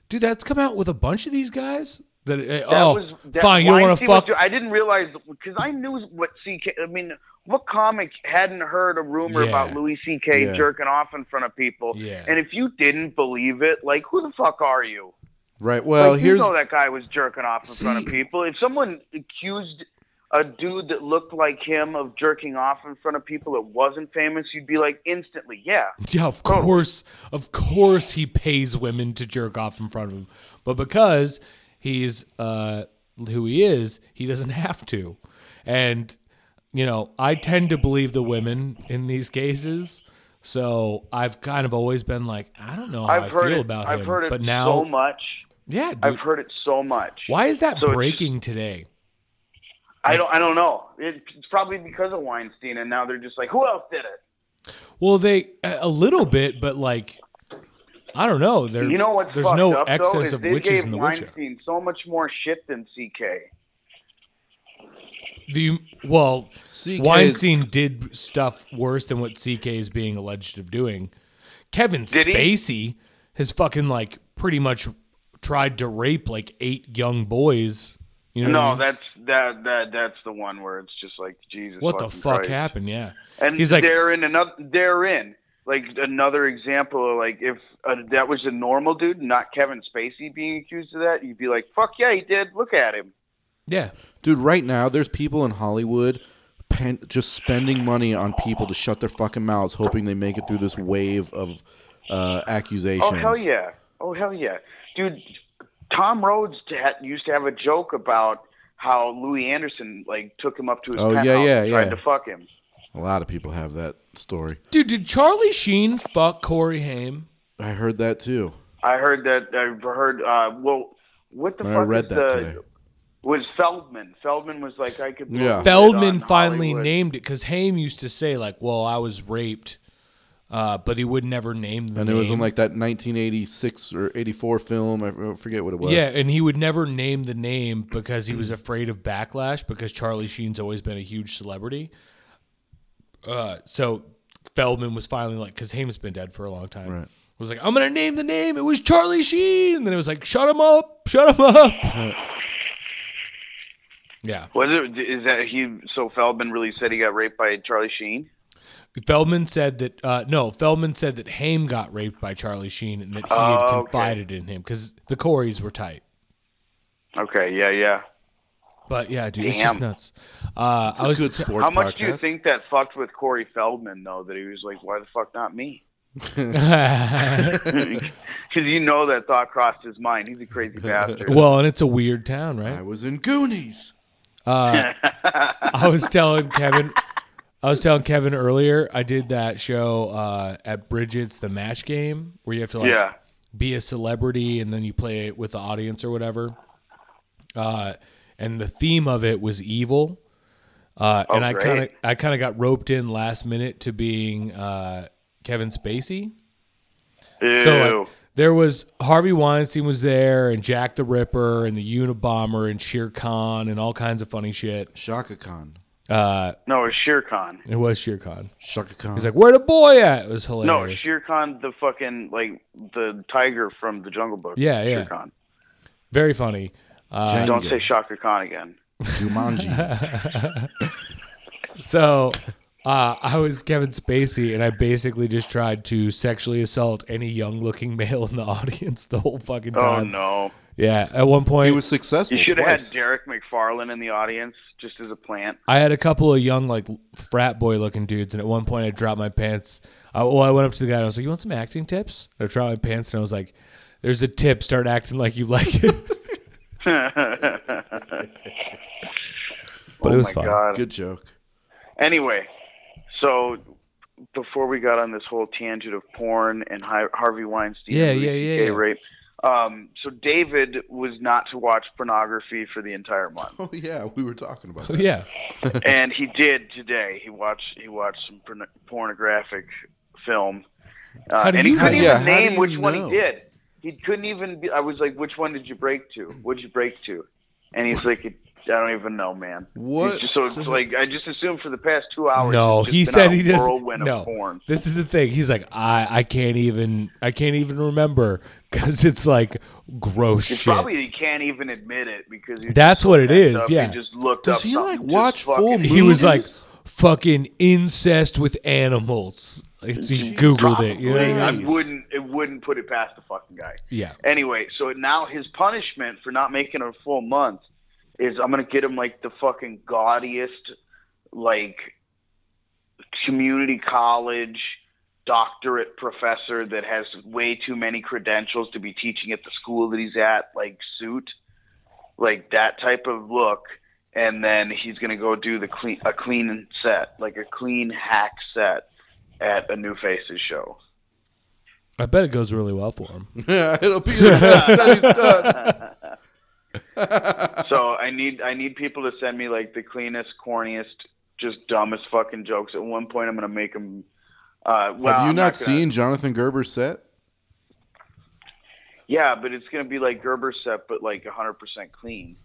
[SPEAKER 5] dude, that's come out with a bunch of these guys. That, eh,
[SPEAKER 7] That
[SPEAKER 5] oh,
[SPEAKER 7] was, that
[SPEAKER 5] fine, you don't want to
[SPEAKER 7] Weinstein was
[SPEAKER 5] fuck.
[SPEAKER 7] do- I didn't realize because I knew what CK. I mean, what comic hadn't heard a rumor
[SPEAKER 5] Yeah.
[SPEAKER 7] about Louis CK
[SPEAKER 4] Yeah.
[SPEAKER 7] jerking off in front of people?
[SPEAKER 5] Yeah.
[SPEAKER 7] And if you didn't believe it, like who the fuck are you?
[SPEAKER 4] Right. Well,
[SPEAKER 7] like,
[SPEAKER 4] here's
[SPEAKER 7] you know that guy was jerking off in front
[SPEAKER 4] See-
[SPEAKER 7] of people. If someone accused a dude that looked like him of jerking off in front of people that wasn't famous, you'd be like instantly, yeah.
[SPEAKER 5] Yeah, of course, of course, he pays women to jerk off in front of him, but because he's uh, who he is, he doesn't have to. And you know, I tend to believe the women in these cases, so I've kind of always been like, I don't know how
[SPEAKER 7] I've
[SPEAKER 5] I
[SPEAKER 7] heard
[SPEAKER 5] feel
[SPEAKER 7] it.
[SPEAKER 5] about
[SPEAKER 7] I've
[SPEAKER 5] him,
[SPEAKER 7] heard it
[SPEAKER 5] but now,
[SPEAKER 7] so much.
[SPEAKER 5] yeah, dude,
[SPEAKER 7] I've heard it so much.
[SPEAKER 5] why is that
[SPEAKER 7] so it's-
[SPEAKER 5] breaking today?
[SPEAKER 7] I don't. I don't know. It's probably because of Weinstein, and now they're just like, who else did it?
[SPEAKER 5] Well, they a a little bit, but like, I don't know. There,
[SPEAKER 7] You know what's
[SPEAKER 5] there's
[SPEAKER 7] fucked
[SPEAKER 5] no
[SPEAKER 7] up though
[SPEAKER 5] excess
[SPEAKER 7] is
[SPEAKER 5] of
[SPEAKER 7] they
[SPEAKER 5] witches
[SPEAKER 7] gave
[SPEAKER 5] in the witch. hunt.
[SPEAKER 7] Weinstein so much more shit than CK.
[SPEAKER 5] Do you well?
[SPEAKER 4] CK 's-
[SPEAKER 5] Weinstein did stuff worse than what CK is being alleged of doing. Kevin
[SPEAKER 7] Did he?
[SPEAKER 5] Spacey has fucking like pretty much tried to rape like eight young boys. You know what I
[SPEAKER 7] No,
[SPEAKER 5] mean?
[SPEAKER 7] that's that that that's the one where it's just like Jesus.
[SPEAKER 5] what the
[SPEAKER 7] fucking
[SPEAKER 5] fuck
[SPEAKER 7] Christ.
[SPEAKER 5] happened? Yeah,
[SPEAKER 7] And
[SPEAKER 5] He's like-
[SPEAKER 7] they're in another. They're in like another example. Of like if uh, that was a normal dude, not Kevin Spacey, being accused of that, you'd be like, fuck yeah, he did. Look at him.
[SPEAKER 5] yeah.
[SPEAKER 4] dude. Right now, there's people in Hollywood pen, just spending money on people to shut their fucking mouths, hoping they make it through this wave of uh, accusations.
[SPEAKER 7] Oh hell yeah! Oh hell yeah, dude. Tom Rhodes t- had- used to have a joke about how Louis Anderson like took him up to his
[SPEAKER 4] Oh, yeah,
[SPEAKER 7] penthouse
[SPEAKER 4] yeah,
[SPEAKER 7] and tried
[SPEAKER 4] yeah.
[SPEAKER 7] to fuck him.
[SPEAKER 4] A lot of people have that story.
[SPEAKER 5] Dude, did Charlie Sheen fuck Corey Haim?
[SPEAKER 4] I heard that too.
[SPEAKER 7] I heard that. I heard. Uh, well, what the
[SPEAKER 4] I
[SPEAKER 7] fuck
[SPEAKER 4] read
[SPEAKER 7] is
[SPEAKER 4] that
[SPEAKER 7] the-
[SPEAKER 4] today.
[SPEAKER 7] was Feldman? Feldman was like, I could. blow
[SPEAKER 4] Yeah.
[SPEAKER 7] it
[SPEAKER 5] Feldman
[SPEAKER 7] on
[SPEAKER 5] finally
[SPEAKER 7] Hollywood.
[SPEAKER 5] named it because Haim used to say like, "Well, I was raped," uh, but he would never name the
[SPEAKER 4] And it was in
[SPEAKER 5] name.
[SPEAKER 4] like that 1986 or 84 film. I forget what it was.
[SPEAKER 5] Yeah, and he would never name the name because he was afraid of backlash because Charlie Sheen's always been a huge celebrity. Uh, so Feldman was finally like, because Haim's been dead for a long time.
[SPEAKER 4] Right.
[SPEAKER 5] Was like, I'm gonna name the name. It was Charlie Sheen, and then it was like, shut him up, shut him up. yeah,
[SPEAKER 7] Was it? Is that he? So Feldman really said he got raped by Charlie Sheen?
[SPEAKER 5] Feldman said that. Uh, no, Feldman said that Haim got raped by Charlie Sheen, and that he had
[SPEAKER 7] Oh, okay.
[SPEAKER 5] confided in him because the Coreys were tight.
[SPEAKER 7] Okay. Yeah. Yeah.
[SPEAKER 5] But yeah, dude, it's just
[SPEAKER 7] Damn.
[SPEAKER 5] nuts. Uh, I was
[SPEAKER 4] good sports
[SPEAKER 7] How much do you
[SPEAKER 4] podcast.
[SPEAKER 7] think that fucked with Corey Feldman though? That he was like, why the fuck not me? Because you know that thought crossed his mind. He's a crazy bastard.
[SPEAKER 5] Well, and it's a weird town, right?
[SPEAKER 4] I was in Goonies.
[SPEAKER 5] I was telling Kevin, I was telling Kevin earlier, I did that show uh, at Bridget's, the match game, where you have to like
[SPEAKER 7] yeah.
[SPEAKER 5] be a celebrity and then you play it with the audience or whatever. Uh, and the theme of it was evil. Uh, and I
[SPEAKER 7] Oh, great.
[SPEAKER 5] kind of, I kind of got roped in last minute to being uh, Kevin Spacey.
[SPEAKER 7] Ew.
[SPEAKER 5] So like, there was Harvey Weinstein was there, and Jack the Ripper, and the Unabomber, and Shere Khan, and all kinds of funny shit.
[SPEAKER 4] Shaka Khan.
[SPEAKER 5] Uh,
[SPEAKER 7] no, it's Shere Khan.
[SPEAKER 5] it was Shere Khan.
[SPEAKER 4] Shaka Khan.
[SPEAKER 5] He's like, "Where the boy at?" It was
[SPEAKER 7] No,
[SPEAKER 5] hilarious.
[SPEAKER 7] Shere Khan, the fucking like the tiger from the Jungle Book.
[SPEAKER 5] Yeah, yeah.
[SPEAKER 7] Shere Khan.
[SPEAKER 5] Very funny.
[SPEAKER 4] Jenga,
[SPEAKER 7] Don't say Shaka Khan again.
[SPEAKER 4] Uh, Jumanji.
[SPEAKER 5] So, uh, I was Kevin Spacey, and I basically just tried to sexually assault any young-looking male in the audience the whole fucking
[SPEAKER 7] Oh
[SPEAKER 5] time.
[SPEAKER 7] no,
[SPEAKER 5] Yeah, at one point,
[SPEAKER 4] he was successful.
[SPEAKER 7] you should have had
[SPEAKER 4] twice.
[SPEAKER 7] Derek McFarlane in the audience just as a plant.
[SPEAKER 5] I had a couple of young, like frat boy looking dudes, and at one point I dropped my pants. I, well, I went up to the guy and I was like, "You want some acting tips?" And I dropped my pants and I was like, "There's a tip: start acting like you like it." but
[SPEAKER 7] oh
[SPEAKER 5] it was
[SPEAKER 7] my
[SPEAKER 5] fun.
[SPEAKER 7] Oh god.
[SPEAKER 4] Good joke.
[SPEAKER 7] Anyway, so before we got on this whole tangent of porn and Hi- Harvey Weinstein,
[SPEAKER 5] Yeah,
[SPEAKER 7] and Louis
[SPEAKER 5] yeah, yeah,
[SPEAKER 7] CK
[SPEAKER 5] yeah.
[SPEAKER 7] rape. Um, so David was not to watch pornography for the entire month,
[SPEAKER 4] Oh yeah, we were talking about that.
[SPEAKER 5] Yeah.
[SPEAKER 7] and he did today. He watched he watched some porn- pornographic film, uh,
[SPEAKER 5] How do
[SPEAKER 7] and he
[SPEAKER 5] you-
[SPEAKER 7] couldn't
[SPEAKER 4] How- yeah,
[SPEAKER 7] even
[SPEAKER 4] how do
[SPEAKER 7] name
[SPEAKER 4] you
[SPEAKER 7] which one
[SPEAKER 4] know?
[SPEAKER 7] he did. He couldn't even. Be, I was like, "Which one did you break to? What'd you break to?" And he's like, "I don't even know, man." He's
[SPEAKER 4] What
[SPEAKER 7] just- so it's
[SPEAKER 4] the-
[SPEAKER 7] like I just assumed for the past two hours.
[SPEAKER 5] No,
[SPEAKER 7] he's just
[SPEAKER 5] he
[SPEAKER 7] been
[SPEAKER 5] said
[SPEAKER 7] on a
[SPEAKER 5] he just
[SPEAKER 7] whirlwind
[SPEAKER 5] no.
[SPEAKER 7] Of porn.
[SPEAKER 5] This is the thing. He's like, I, I can't even, I can't even remember because it's like gross
[SPEAKER 7] It's
[SPEAKER 5] shit.
[SPEAKER 7] probably he can't even admit it because he's
[SPEAKER 5] That's
[SPEAKER 7] so
[SPEAKER 5] what it
[SPEAKER 7] messed
[SPEAKER 5] is,
[SPEAKER 7] up,
[SPEAKER 5] yeah.
[SPEAKER 7] He just looked
[SPEAKER 4] Does
[SPEAKER 7] up
[SPEAKER 4] he, like,
[SPEAKER 7] something, just
[SPEAKER 4] watch
[SPEAKER 7] fucking-
[SPEAKER 4] full
[SPEAKER 5] he was like,
[SPEAKER 4] Movies?
[SPEAKER 5] fucking incest with animals. It's, he googled it. You know what I
[SPEAKER 7] Probably.
[SPEAKER 5] mean?
[SPEAKER 7] I
[SPEAKER 4] mean?
[SPEAKER 7] wouldn't. It wouldn't put it past the fucking guy.
[SPEAKER 5] Yeah.
[SPEAKER 7] Anyway, so now his punishment for not making a full month is I'm gonna get him like the fucking gaudiest, like community college doctorate professor that has way too many credentials to be teaching at the school that he's at, like suit, like that type of look. And then he's gonna go do the clean a clean set, like a clean hack set at a New Faces show.
[SPEAKER 5] I bet it goes really well for him.
[SPEAKER 4] Yeah, it'll be the best that he's done.
[SPEAKER 7] So I need I need people to send me like the cleanest, corniest, just dumbest fucking jokes. At one point, I'm gonna make them. Uh, well,
[SPEAKER 4] Have you
[SPEAKER 7] I'm
[SPEAKER 4] not
[SPEAKER 7] gonna-
[SPEAKER 4] seen Jonathan Gerber's set?
[SPEAKER 7] Yeah, but it's gonna be like Gerber set, but like 100 percent clean.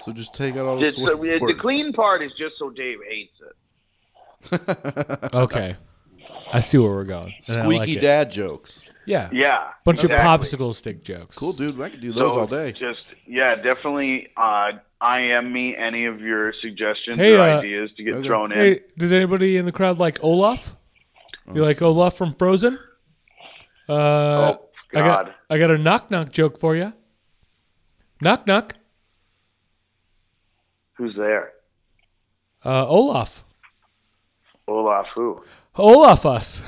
[SPEAKER 4] So just take out all the
[SPEAKER 7] It's,
[SPEAKER 4] swear
[SPEAKER 7] the, the
[SPEAKER 4] words.
[SPEAKER 7] clean part is just so Dave hates it.
[SPEAKER 5] Okay. I see where we're going. and I
[SPEAKER 4] squeaky
[SPEAKER 5] like it.
[SPEAKER 4] dad jokes.
[SPEAKER 5] Yeah.
[SPEAKER 7] Yeah,
[SPEAKER 5] Bunch
[SPEAKER 7] exactly.
[SPEAKER 5] of popsicle stick jokes.
[SPEAKER 4] Cool, dude. I could do those
[SPEAKER 7] So
[SPEAKER 4] all day.
[SPEAKER 7] Just yeah, definitely. Uh, IM me any of your suggestions
[SPEAKER 5] Hey,
[SPEAKER 7] or
[SPEAKER 5] uh,
[SPEAKER 7] ideas to get
[SPEAKER 4] okay.
[SPEAKER 7] thrown in.
[SPEAKER 5] Hey, does anybody in the crowd like Olaf? You like Olaf from Frozen? Uh,
[SPEAKER 7] oh
[SPEAKER 5] I
[SPEAKER 7] God.
[SPEAKER 5] got I got a knock knock joke for you. Knock knock.
[SPEAKER 7] Who's there?
[SPEAKER 5] Uh, Olaf.
[SPEAKER 7] Olaf who?
[SPEAKER 5] Olaf us.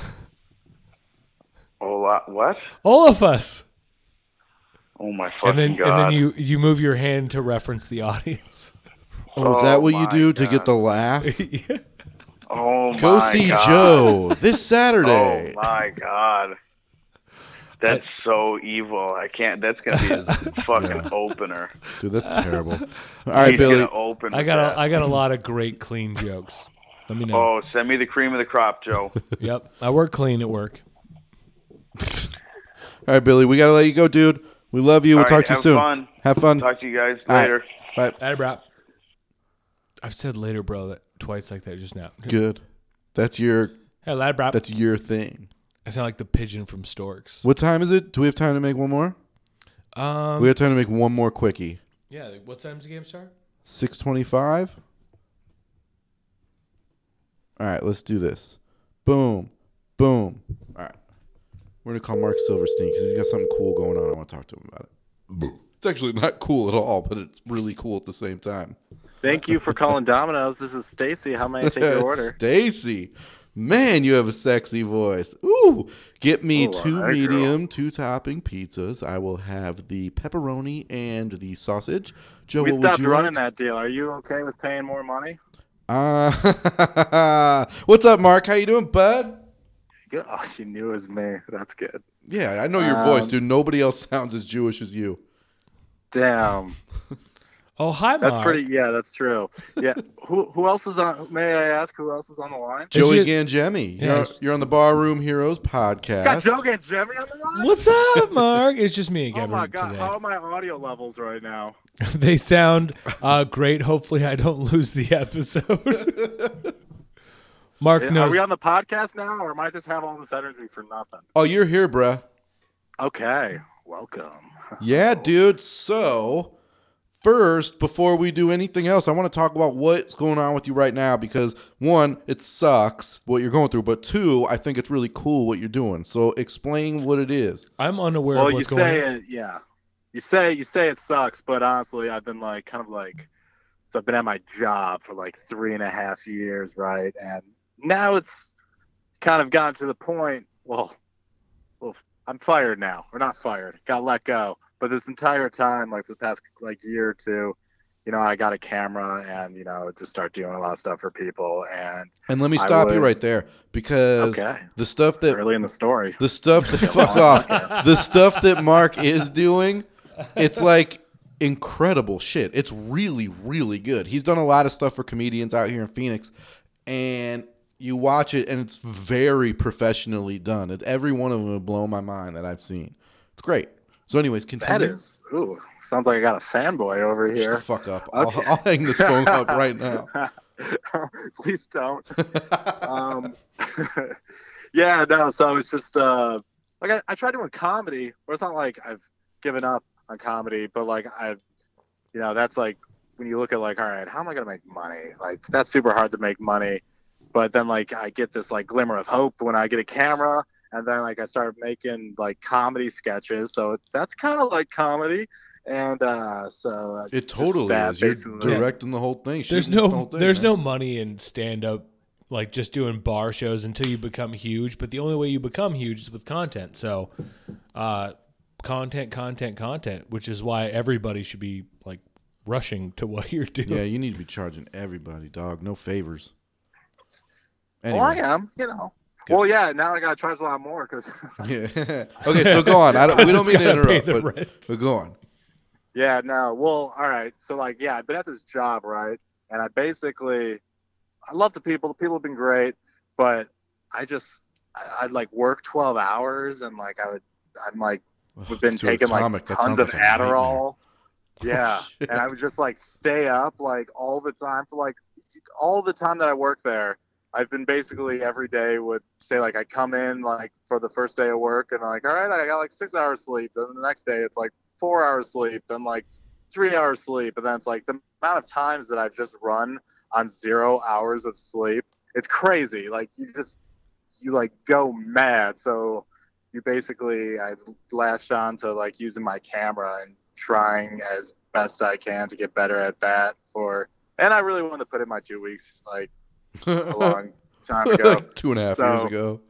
[SPEAKER 7] Olaf what?
[SPEAKER 5] Olaf us.
[SPEAKER 7] Oh my fucking
[SPEAKER 5] And then
[SPEAKER 7] God.
[SPEAKER 5] and then you you move your hand to reference the audience.
[SPEAKER 4] Oh, is
[SPEAKER 7] Oh
[SPEAKER 4] that what you
[SPEAKER 7] my
[SPEAKER 4] do to
[SPEAKER 7] God.
[SPEAKER 4] get the laugh?
[SPEAKER 7] Oh
[SPEAKER 4] Go
[SPEAKER 7] my
[SPEAKER 4] see
[SPEAKER 7] God.
[SPEAKER 4] Joe this
[SPEAKER 7] Oh
[SPEAKER 4] Saturday.
[SPEAKER 7] my god. That's so evil. I can't. That's gonna be his fucking opener.
[SPEAKER 4] Dude, that's terrible. All right,
[SPEAKER 7] He's
[SPEAKER 4] Billy.
[SPEAKER 7] gonna open.
[SPEAKER 5] I
[SPEAKER 7] with
[SPEAKER 5] got
[SPEAKER 7] that.
[SPEAKER 5] a, I got a lot of great clean jokes. Let me know.
[SPEAKER 7] oh, send me the cream of the crop, Joe.
[SPEAKER 5] Yep, I work clean at work.
[SPEAKER 4] All right, Billy. We gotta let you go, dude. We love you. We'll
[SPEAKER 7] All
[SPEAKER 4] talk
[SPEAKER 7] right,
[SPEAKER 4] to you
[SPEAKER 7] have
[SPEAKER 4] soon.
[SPEAKER 7] fun.
[SPEAKER 4] Have fun.
[SPEAKER 7] Talk to you guys
[SPEAKER 4] All right.
[SPEAKER 7] later.
[SPEAKER 4] Bye.
[SPEAKER 5] Atta bro. I've said later, bro, that twice like that just now.
[SPEAKER 4] Good. That's your
[SPEAKER 5] Hey, lad, bro.
[SPEAKER 4] that's your thing.
[SPEAKER 5] I sound like the pigeon from Storks.
[SPEAKER 4] What time is it? Do we have time to make one more?
[SPEAKER 5] Um,
[SPEAKER 4] We have time to make one more quickie.
[SPEAKER 5] yeah. like, What time's the game start?
[SPEAKER 4] Six twenty-five. All right, let's do this. Boom, boom. All right, we're gonna call Mark Silverstein because he's got something cool going on. I want to talk to him about it. Boom. It's actually not cool at all, but it's really cool at the same time.
[SPEAKER 8] Thank you for calling Domino's. This is Stacy. How may I take your order?
[SPEAKER 4] Stacy, man, you have a sexy voice. Ooh, get me
[SPEAKER 7] Ooh,
[SPEAKER 4] two
[SPEAKER 7] alright, girl.
[SPEAKER 4] medium, two topping pizzas. I will have the pepperoni and the sausage. Joe,
[SPEAKER 8] We
[SPEAKER 4] what
[SPEAKER 8] stopped
[SPEAKER 4] would you
[SPEAKER 8] running
[SPEAKER 4] like?
[SPEAKER 8] that deal. Are you okay with paying more money?
[SPEAKER 4] Uh, what's up, Mark? How you doing, bud?
[SPEAKER 8] Good. Oh, she knew it was me. That's good.
[SPEAKER 4] Yeah, I know your voice,
[SPEAKER 8] Um,
[SPEAKER 4] dude. Nobody else sounds as Jewish as you.
[SPEAKER 8] Damn.
[SPEAKER 5] Oh, hi,
[SPEAKER 8] That's
[SPEAKER 5] Mark.
[SPEAKER 8] pretty. Yeah, that's true. Yeah. who Who else is on? May I ask who else is on the line?
[SPEAKER 4] Joey
[SPEAKER 5] it-
[SPEAKER 4] Gangemi,
[SPEAKER 5] Yeah,
[SPEAKER 4] you're,
[SPEAKER 5] it's-
[SPEAKER 4] you're on the Barroom Heroes
[SPEAKER 8] Got
[SPEAKER 4] podcast.
[SPEAKER 8] Joe and Jimmy on the line.
[SPEAKER 5] What's up, Mark? It's just me and
[SPEAKER 8] Oh
[SPEAKER 5] Kevin
[SPEAKER 8] my god!
[SPEAKER 5] today.
[SPEAKER 8] How are my audio levels right now?
[SPEAKER 5] they sound uh, great. Hopefully, I don't lose the episode. Mark
[SPEAKER 8] Are
[SPEAKER 5] knows.
[SPEAKER 8] we on the podcast now, or am I just have all this energy for nothing?
[SPEAKER 4] Oh, you're here, bruh.
[SPEAKER 8] Okay. Welcome.
[SPEAKER 4] Yeah, dude. So, first, before we do anything else, I want to talk about what's going on with you right now because one, it sucks what you're going through, but two, I think it's really cool what you're doing. So, explain what it is.
[SPEAKER 5] I'm unaware
[SPEAKER 8] well
[SPEAKER 5] of
[SPEAKER 8] you
[SPEAKER 5] what's going
[SPEAKER 8] say
[SPEAKER 5] on.
[SPEAKER 8] it yeah you say you say it sucks but honestly i've been like kind of like so i've been at my job for like three and a half years right and now it's kind of gotten to the point well well i'm fired now or not fired got let go but this entire time like for the past like year or two you know, I got a camera and, you know, just start doing a lot of stuff for people. And
[SPEAKER 4] And let me
[SPEAKER 8] I
[SPEAKER 4] stop you
[SPEAKER 8] would-
[SPEAKER 4] right there because
[SPEAKER 8] Okay.
[SPEAKER 4] the stuff that
[SPEAKER 8] early in the story,
[SPEAKER 4] the stuff that fuck off the stuff that Mark is doing, it's like incredible shit. It's really really good. He's done a lot of stuff for comedians out here in Phoenix, and you watch it and it's very professionally done. It- Every one of them have blown my mind that I've seen. It's great. So, anyways,
[SPEAKER 8] that
[SPEAKER 4] continue.
[SPEAKER 8] is, ooh, sounds like I got a fanboy over
[SPEAKER 4] Shut the
[SPEAKER 8] here.
[SPEAKER 4] fuck up.
[SPEAKER 8] Okay.
[SPEAKER 4] I'll, I'll hang this phone up right now.
[SPEAKER 8] Please don't. um, yeah, no. So it's just uh, like I, I tried doing comedy, or it's not like I've given up on comedy, but like I've, you know, that's like when you look at like, all right, how am I gonna make money? Like that's super hard to make money, but then like I get this like glimmer of hope when I get a camera. And then, like, I start making like comedy sketches, so that's kind of like comedy. And uh, so uh,
[SPEAKER 4] It totally
[SPEAKER 8] that,
[SPEAKER 4] is. You're
[SPEAKER 8] basically.
[SPEAKER 4] directing the whole thing.
[SPEAKER 5] There's
[SPEAKER 4] shooting the
[SPEAKER 5] no
[SPEAKER 4] whole thing,
[SPEAKER 5] there's
[SPEAKER 4] man.
[SPEAKER 5] no money in stand up like just doing bar shows until you become huge, but the only way you become huge is with content. So uh content content content, which is why everybody should be like rushing to what you're doing.
[SPEAKER 4] Yeah, you need to be charging everybody, dog. No favors. Anyway.
[SPEAKER 8] Well, Oh, I am, you know.
[SPEAKER 4] Good.
[SPEAKER 8] Well, yeah. Now I got to charge a lot more because,
[SPEAKER 4] Yeah. okay, so go on. I don't, we don't mean to
[SPEAKER 5] gotta pay
[SPEAKER 4] interrupt,
[SPEAKER 5] the
[SPEAKER 4] but,
[SPEAKER 5] rent.
[SPEAKER 4] but go on.
[SPEAKER 8] yeah, no. Well, all right. So, like, yeah, I've been at this job, right? And I basically, I love the people. The people have been great, but I just, I, I'd like work twelve hours, and like I would, I'm like, we've been
[SPEAKER 4] To a
[SPEAKER 8] taking
[SPEAKER 4] comic,
[SPEAKER 8] like
[SPEAKER 4] that
[SPEAKER 8] tons
[SPEAKER 4] sounds
[SPEAKER 8] of
[SPEAKER 4] like a nightmare.
[SPEAKER 8] Adderall. Yeah,
[SPEAKER 4] Shit.
[SPEAKER 8] and I would just like stay up like all the time for like all the time that I worked there. I've been basically every day would say like I come in like for the first day of work and like all right I got like six hours sleep. Then the next day it's like four hours sleep. Then like three hours sleep. And then it's like the amount of times that I've just run on zero hours of sleep. It's crazy. Like you just you like go mad. So you basically I latched on to like using my camera and trying as best I can to get better at that for and I really wanted to put in my two weeks like a long time ago.
[SPEAKER 4] like two and a half years
[SPEAKER 8] So-
[SPEAKER 4] ago.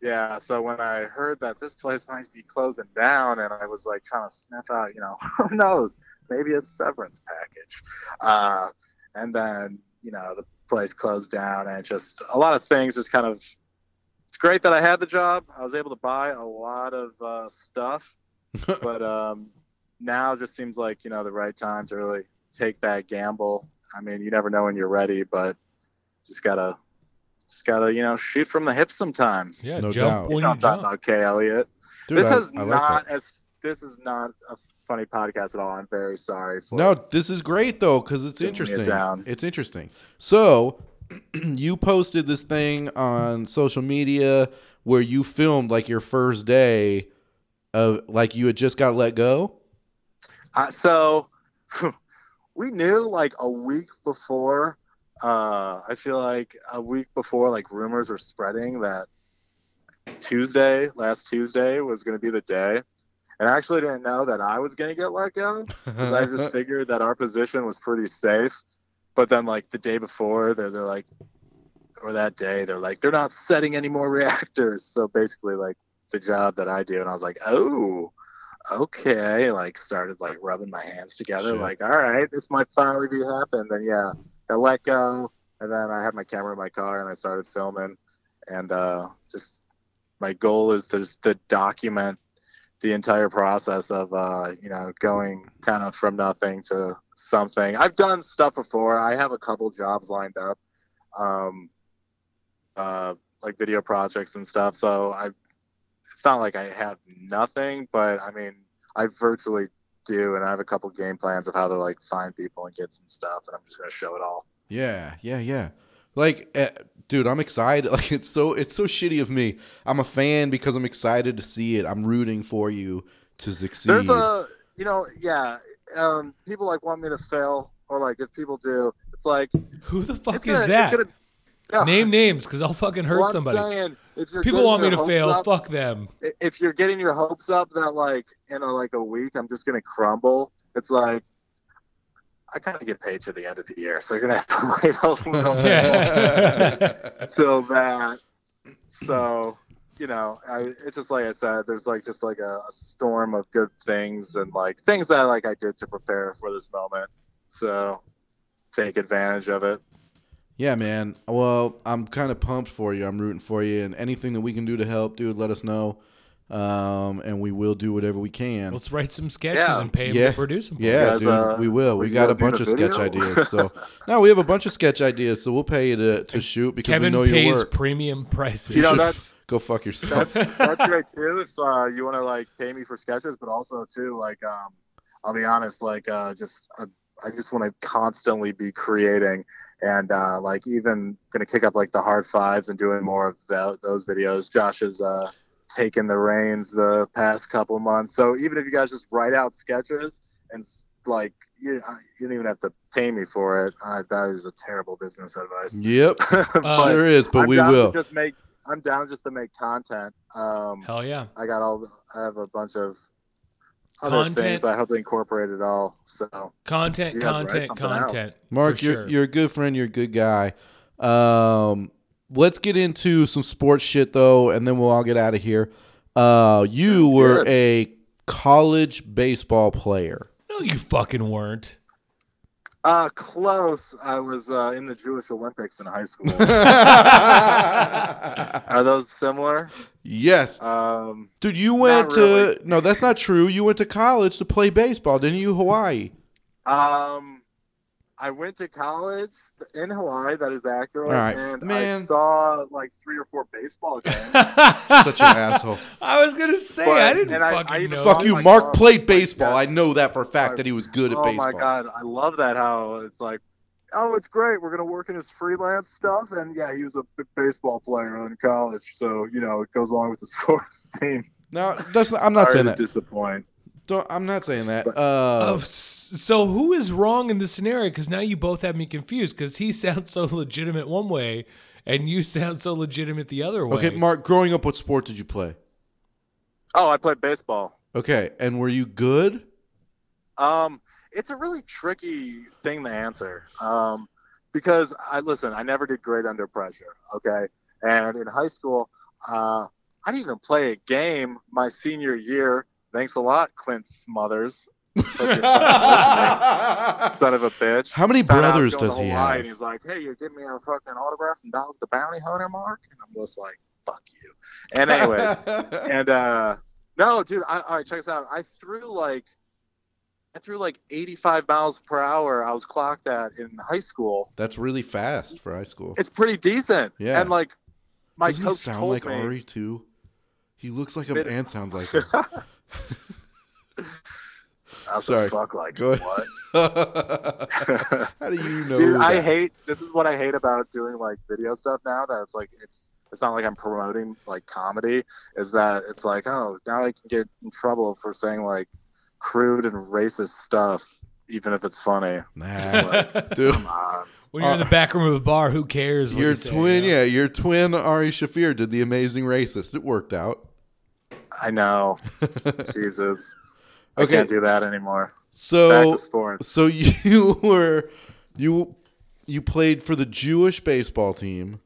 [SPEAKER 8] Yeah, so when I heard that this place might be closing down, and I was like trying to sniff out, you know, who knows, maybe a severance package. Uh, and then, you know, the place closed down, and just a lot of things just kind of. It's great that I had the job. I was able to buy a lot of uh, stuff, but um, now just seems like, you know, the right time to really take that gamble. I mean, you never know when you're ready, but just gotta. Just gotta, you know, shoot from the hip sometimes.
[SPEAKER 5] Yeah,
[SPEAKER 4] No
[SPEAKER 5] jump
[SPEAKER 4] doubt.
[SPEAKER 5] when
[SPEAKER 8] No,
[SPEAKER 5] you
[SPEAKER 8] I'm talking
[SPEAKER 5] jump.
[SPEAKER 8] about Kay Elliott.
[SPEAKER 4] Dude,
[SPEAKER 8] this
[SPEAKER 4] I-
[SPEAKER 8] is
[SPEAKER 4] I like
[SPEAKER 8] not
[SPEAKER 4] that.
[SPEAKER 8] as this is not a funny podcast at all. I'm very sorry for
[SPEAKER 4] No, this is great though because it's
[SPEAKER 8] Didn't get
[SPEAKER 4] interesting.
[SPEAKER 8] down.
[SPEAKER 4] It's interesting. So, you posted this thing on social media where you filmed like your first day of like you had just got let go.
[SPEAKER 8] Uh, so we knew like a week before. Uh, I feel like a week before, like rumors were spreading that Tuesday, last Tuesday, was going to be the day. And I actually didn't know that I was going to get let go. 'cause I just figured that our position was pretty safe. But then, like the day before, they're, they're like, or that day, they're like, they're not setting any more reactors. So basically, like the job that I do, and I was like, oh, okay. Like started like rubbing my hands together,
[SPEAKER 4] Shit.
[SPEAKER 8] like all right, this might finally be happening. Then yeah, I let go, and then I had my camera in my car and I started filming, and uh, just my goal is to just to document the entire process of uh, you know going kind of from nothing to something. I've done stuff before. I have a couple jobs lined up, um, uh, like video projects and stuff. So I, it's not like I have nothing, but I mean I virtually do, and I have a couple game plans of how to like find people and get some stuff, and I'm just gonna show it all.
[SPEAKER 4] Yeah, yeah, yeah. Like, eh, dude, I'm excited. Like, it's so it's so shitty of me. I'm a fan because I'm excited to see it. I'm rooting for you to succeed.
[SPEAKER 8] There's a, you know, yeah. Um, people like want me to fail, or like if people do, it's like
[SPEAKER 5] Who the fuck
[SPEAKER 8] it's gonna,
[SPEAKER 5] is
[SPEAKER 8] it's
[SPEAKER 5] that?
[SPEAKER 8] gonna- Yeah.
[SPEAKER 5] Name names because I'll fucking hurt
[SPEAKER 8] Well, I'm
[SPEAKER 5] somebody.
[SPEAKER 8] saying, if you're
[SPEAKER 5] People
[SPEAKER 8] getting
[SPEAKER 5] want me to
[SPEAKER 8] your hopes
[SPEAKER 5] fail.
[SPEAKER 8] up-
[SPEAKER 5] Fuck them.
[SPEAKER 8] i- If you're getting your hopes up that like in a, like a week, I'm just gonna crumble. It's like I kind of get paid to the end of the year, so you're gonna have to wait a little bit
[SPEAKER 5] Yeah.
[SPEAKER 8] till that. So you know, I, it's just like I said. There's like just like a, a storm of good things and like things that like I did to prepare for this moment, So take advantage of it.
[SPEAKER 4] Yeah, man. Well, I'm kind of pumped for you. I'm rooting for you, and anything that we can do to help, dude, let us know, um, and we will do whatever we can.
[SPEAKER 5] Let's write some sketches
[SPEAKER 8] Yeah.
[SPEAKER 5] and pay him
[SPEAKER 4] Yeah.
[SPEAKER 5] to produce them. for
[SPEAKER 4] yeah,
[SPEAKER 8] guys,
[SPEAKER 4] dude,
[SPEAKER 8] uh,
[SPEAKER 4] we will. We
[SPEAKER 8] we
[SPEAKER 4] got
[SPEAKER 8] gonna
[SPEAKER 4] a
[SPEAKER 8] do
[SPEAKER 4] bunch
[SPEAKER 8] the
[SPEAKER 4] of sketch
[SPEAKER 8] video?
[SPEAKER 4] ideas. So no, we have a bunch of sketch ideas. So we'll pay you to, to shoot
[SPEAKER 5] us.
[SPEAKER 4] because we
[SPEAKER 5] Kevin
[SPEAKER 4] know your
[SPEAKER 5] pays
[SPEAKER 4] work.
[SPEAKER 5] premium prices.
[SPEAKER 8] You know,
[SPEAKER 4] Just
[SPEAKER 8] that's-
[SPEAKER 4] go fuck yourself.
[SPEAKER 8] That's, that's great too. If uh, you want to like pay me for sketches, but also too, like, um, I'll be honest, like, uh, just uh, I just want to constantly be creating, and uh, like even gonna kick up like the hard fives and doing more of tho- those videos. Josh has uh, taken the reins the past couple months, so even if you guys just write out sketches and s- like. You, I- you don't even have to pay me for it. Uh, that is a terrible business advice.
[SPEAKER 4] yep,
[SPEAKER 8] But-
[SPEAKER 4] sure is, but
[SPEAKER 8] I'm
[SPEAKER 4] we
[SPEAKER 8] down
[SPEAKER 4] will.
[SPEAKER 8] To just make. I'm down just to make content. Um,
[SPEAKER 5] Hell yeah.
[SPEAKER 8] I got all. the- I have a bunch of other things,
[SPEAKER 5] Content.
[SPEAKER 8] but I hope to incorporate it all. So
[SPEAKER 5] Content,
[SPEAKER 8] You guys write
[SPEAKER 5] content,
[SPEAKER 8] something out.
[SPEAKER 5] content.
[SPEAKER 4] Mark,
[SPEAKER 5] for
[SPEAKER 4] you're
[SPEAKER 5] sure.
[SPEAKER 4] you're a good friend. You're a good guy. Um, let's get into some sports shit though, and then we'll all get out of here. Uh, you
[SPEAKER 8] Sounds
[SPEAKER 4] were
[SPEAKER 8] good.
[SPEAKER 4] a college baseball player.
[SPEAKER 5] No, you fucking weren't.
[SPEAKER 8] uh, close. I was uh, in the Jewish Olympics in high school. Are those similar?
[SPEAKER 4] yes,
[SPEAKER 8] Um,
[SPEAKER 4] dude. You went
[SPEAKER 8] Not
[SPEAKER 4] to
[SPEAKER 8] really.
[SPEAKER 4] no, that's not true. You went to college to play baseball, didn't you? Hawaii.
[SPEAKER 8] um, I went to college in Hawaii. That is accurate.
[SPEAKER 4] All right,
[SPEAKER 8] and
[SPEAKER 4] man.
[SPEAKER 8] I saw like three or four baseball games.
[SPEAKER 4] Such an asshole.
[SPEAKER 5] I was gonna say
[SPEAKER 8] But-
[SPEAKER 5] I didn't
[SPEAKER 8] and I-
[SPEAKER 5] fucking
[SPEAKER 8] I even
[SPEAKER 5] know.
[SPEAKER 8] thought-
[SPEAKER 4] Fuck
[SPEAKER 8] Oh
[SPEAKER 4] you.
[SPEAKER 8] my
[SPEAKER 4] Mark
[SPEAKER 8] God.
[SPEAKER 4] played baseball. I know that for a
[SPEAKER 8] I-
[SPEAKER 4] fact that he was good at
[SPEAKER 8] oh
[SPEAKER 4] baseball.
[SPEAKER 8] my god, I love that. How it's like, oh, it's great. We're gonna work in his freelance stuff, and yeah, he was a big baseball player in college, so you know it goes along with the sports team.
[SPEAKER 4] No, that's not, I'm not
[SPEAKER 8] Sorry
[SPEAKER 4] saying
[SPEAKER 8] to
[SPEAKER 4] that.
[SPEAKER 8] Disappoint.
[SPEAKER 4] Don't, I'm not saying that. Uh,
[SPEAKER 5] Oh, s- so who is wrong in this scenario? Because now you both have me confused. Because he sounds so legitimate one way, and you sound so legitimate the other way.
[SPEAKER 4] okay, Mark. Growing up, what sport did you play?
[SPEAKER 8] Oh, I played baseball.
[SPEAKER 4] Okay, and were you good?
[SPEAKER 8] Um, it's a really tricky thing to answer. Um, because I listen, I never did great under pressure. Okay, and in high school, uh, I didn't even play a game my senior year. Thanks a lot, Clint Smothers. Hope you're listening. son of a bitch.
[SPEAKER 4] How many
[SPEAKER 8] Found out I was
[SPEAKER 4] brothers
[SPEAKER 8] going
[SPEAKER 4] does
[SPEAKER 8] to
[SPEAKER 4] he
[SPEAKER 8] Hawaii,
[SPEAKER 4] have?
[SPEAKER 8] And he's like, "Hey, you give me a fucking autograph from Dog the Bounty Hunter, Mark." And I'm just like, "Fuck you." And anyway, and uh, no, dude. I, all right, check this out. I threw like, I threw like 85 miles per hour. I was clocked at in high school.
[SPEAKER 4] that's really fast for high school.
[SPEAKER 8] It's pretty decent.
[SPEAKER 4] Yeah.
[SPEAKER 8] And like, my
[SPEAKER 4] Doesn't he
[SPEAKER 8] coach
[SPEAKER 4] sound
[SPEAKER 8] told
[SPEAKER 4] like
[SPEAKER 8] me.
[SPEAKER 4] Ari too? He looks like him
[SPEAKER 8] Bit-
[SPEAKER 4] and sounds like him.
[SPEAKER 8] I was
[SPEAKER 4] Sorry.
[SPEAKER 8] like, fuck like
[SPEAKER 4] Go ahead.
[SPEAKER 8] what?
[SPEAKER 4] How do you know?
[SPEAKER 8] Dude, I
[SPEAKER 4] that?
[SPEAKER 8] hate this is what I hate about doing like video stuff now that it's like it's it's not like I'm promoting like comedy is that it's like oh now I can get in trouble for saying like crude and racist stuff even if it's funny.
[SPEAKER 4] Nah, dude.
[SPEAKER 8] Uh,
[SPEAKER 5] when you're in the back room of a bar, who cares? what
[SPEAKER 4] Your
[SPEAKER 5] you say,
[SPEAKER 4] twin,
[SPEAKER 5] you know?
[SPEAKER 4] yeah, your twin Ari Shafir did the amazing racist. It worked out.
[SPEAKER 8] I know. Jesus. I
[SPEAKER 4] Okay.
[SPEAKER 8] can't do that anymore. Back
[SPEAKER 4] So
[SPEAKER 8] to sports.
[SPEAKER 4] So you were you you played for the Jewish baseball team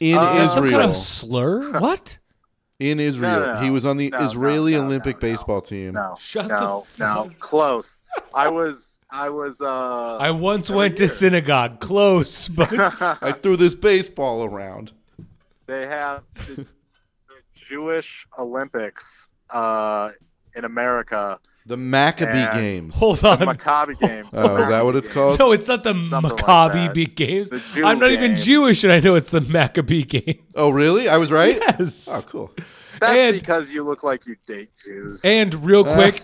[SPEAKER 4] in
[SPEAKER 8] Uh,
[SPEAKER 5] Is that some
[SPEAKER 4] Israel.
[SPEAKER 5] kind of slur? What?
[SPEAKER 4] in Israel,
[SPEAKER 8] No, no,
[SPEAKER 4] he was on the
[SPEAKER 8] no, no,
[SPEAKER 4] Israeli
[SPEAKER 8] no, no,
[SPEAKER 4] Olympic
[SPEAKER 8] no.
[SPEAKER 4] baseball team.
[SPEAKER 8] No.
[SPEAKER 5] Shut the
[SPEAKER 8] no,
[SPEAKER 5] fuck-
[SPEAKER 8] no. Close. I was I was uh
[SPEAKER 5] I once went to synagogue. Close, but
[SPEAKER 4] I threw this baseball around.
[SPEAKER 8] they have the, the Jewish Olympics uh, in America.
[SPEAKER 4] The Maccabee
[SPEAKER 8] Yeah.
[SPEAKER 4] games.
[SPEAKER 5] hold
[SPEAKER 8] The
[SPEAKER 5] on.
[SPEAKER 8] Maccabi games.
[SPEAKER 4] Oh, is that what it's called?
[SPEAKER 5] No, it's not the
[SPEAKER 8] Something like
[SPEAKER 5] Maccabi
[SPEAKER 8] that.
[SPEAKER 5] Beat games.
[SPEAKER 8] The Jew
[SPEAKER 5] I'm not even
[SPEAKER 8] games.
[SPEAKER 5] Jewish, and I know it's the Maccabee game.
[SPEAKER 4] Oh, really? I was right.
[SPEAKER 5] Yes.
[SPEAKER 4] Oh, cool.
[SPEAKER 8] That's
[SPEAKER 5] And-
[SPEAKER 8] because you look like you date Jews.
[SPEAKER 5] And real quick,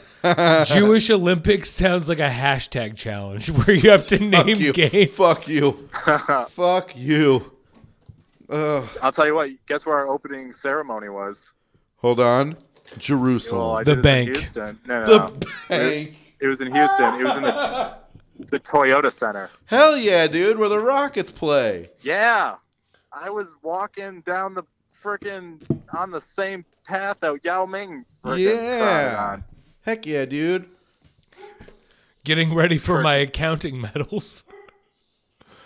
[SPEAKER 5] Jewish Olympics sounds like a hashtag challenge where you have to
[SPEAKER 4] Fuck
[SPEAKER 5] name
[SPEAKER 4] you.
[SPEAKER 5] games.
[SPEAKER 4] Fuck you. Fuck you.
[SPEAKER 8] I'll tell you what. Guess where our opening ceremony was?
[SPEAKER 4] Hold on.
[SPEAKER 8] Well, Oh, I
[SPEAKER 4] Jerusalem.
[SPEAKER 5] The
[SPEAKER 8] did it
[SPEAKER 5] bank.
[SPEAKER 8] In Houston. No, no, no.
[SPEAKER 4] the bank.
[SPEAKER 8] It was in Houston. It was in the the Toyota Center.
[SPEAKER 4] Hell yeah, dude, where the Rockets play.
[SPEAKER 8] Yeah, I was walking down the frickin' on the same path that Yao Ming. frickin' trotted
[SPEAKER 4] Yeah.
[SPEAKER 8] on.
[SPEAKER 4] Heck yeah, dude.
[SPEAKER 5] Getting ready for my accounting medals.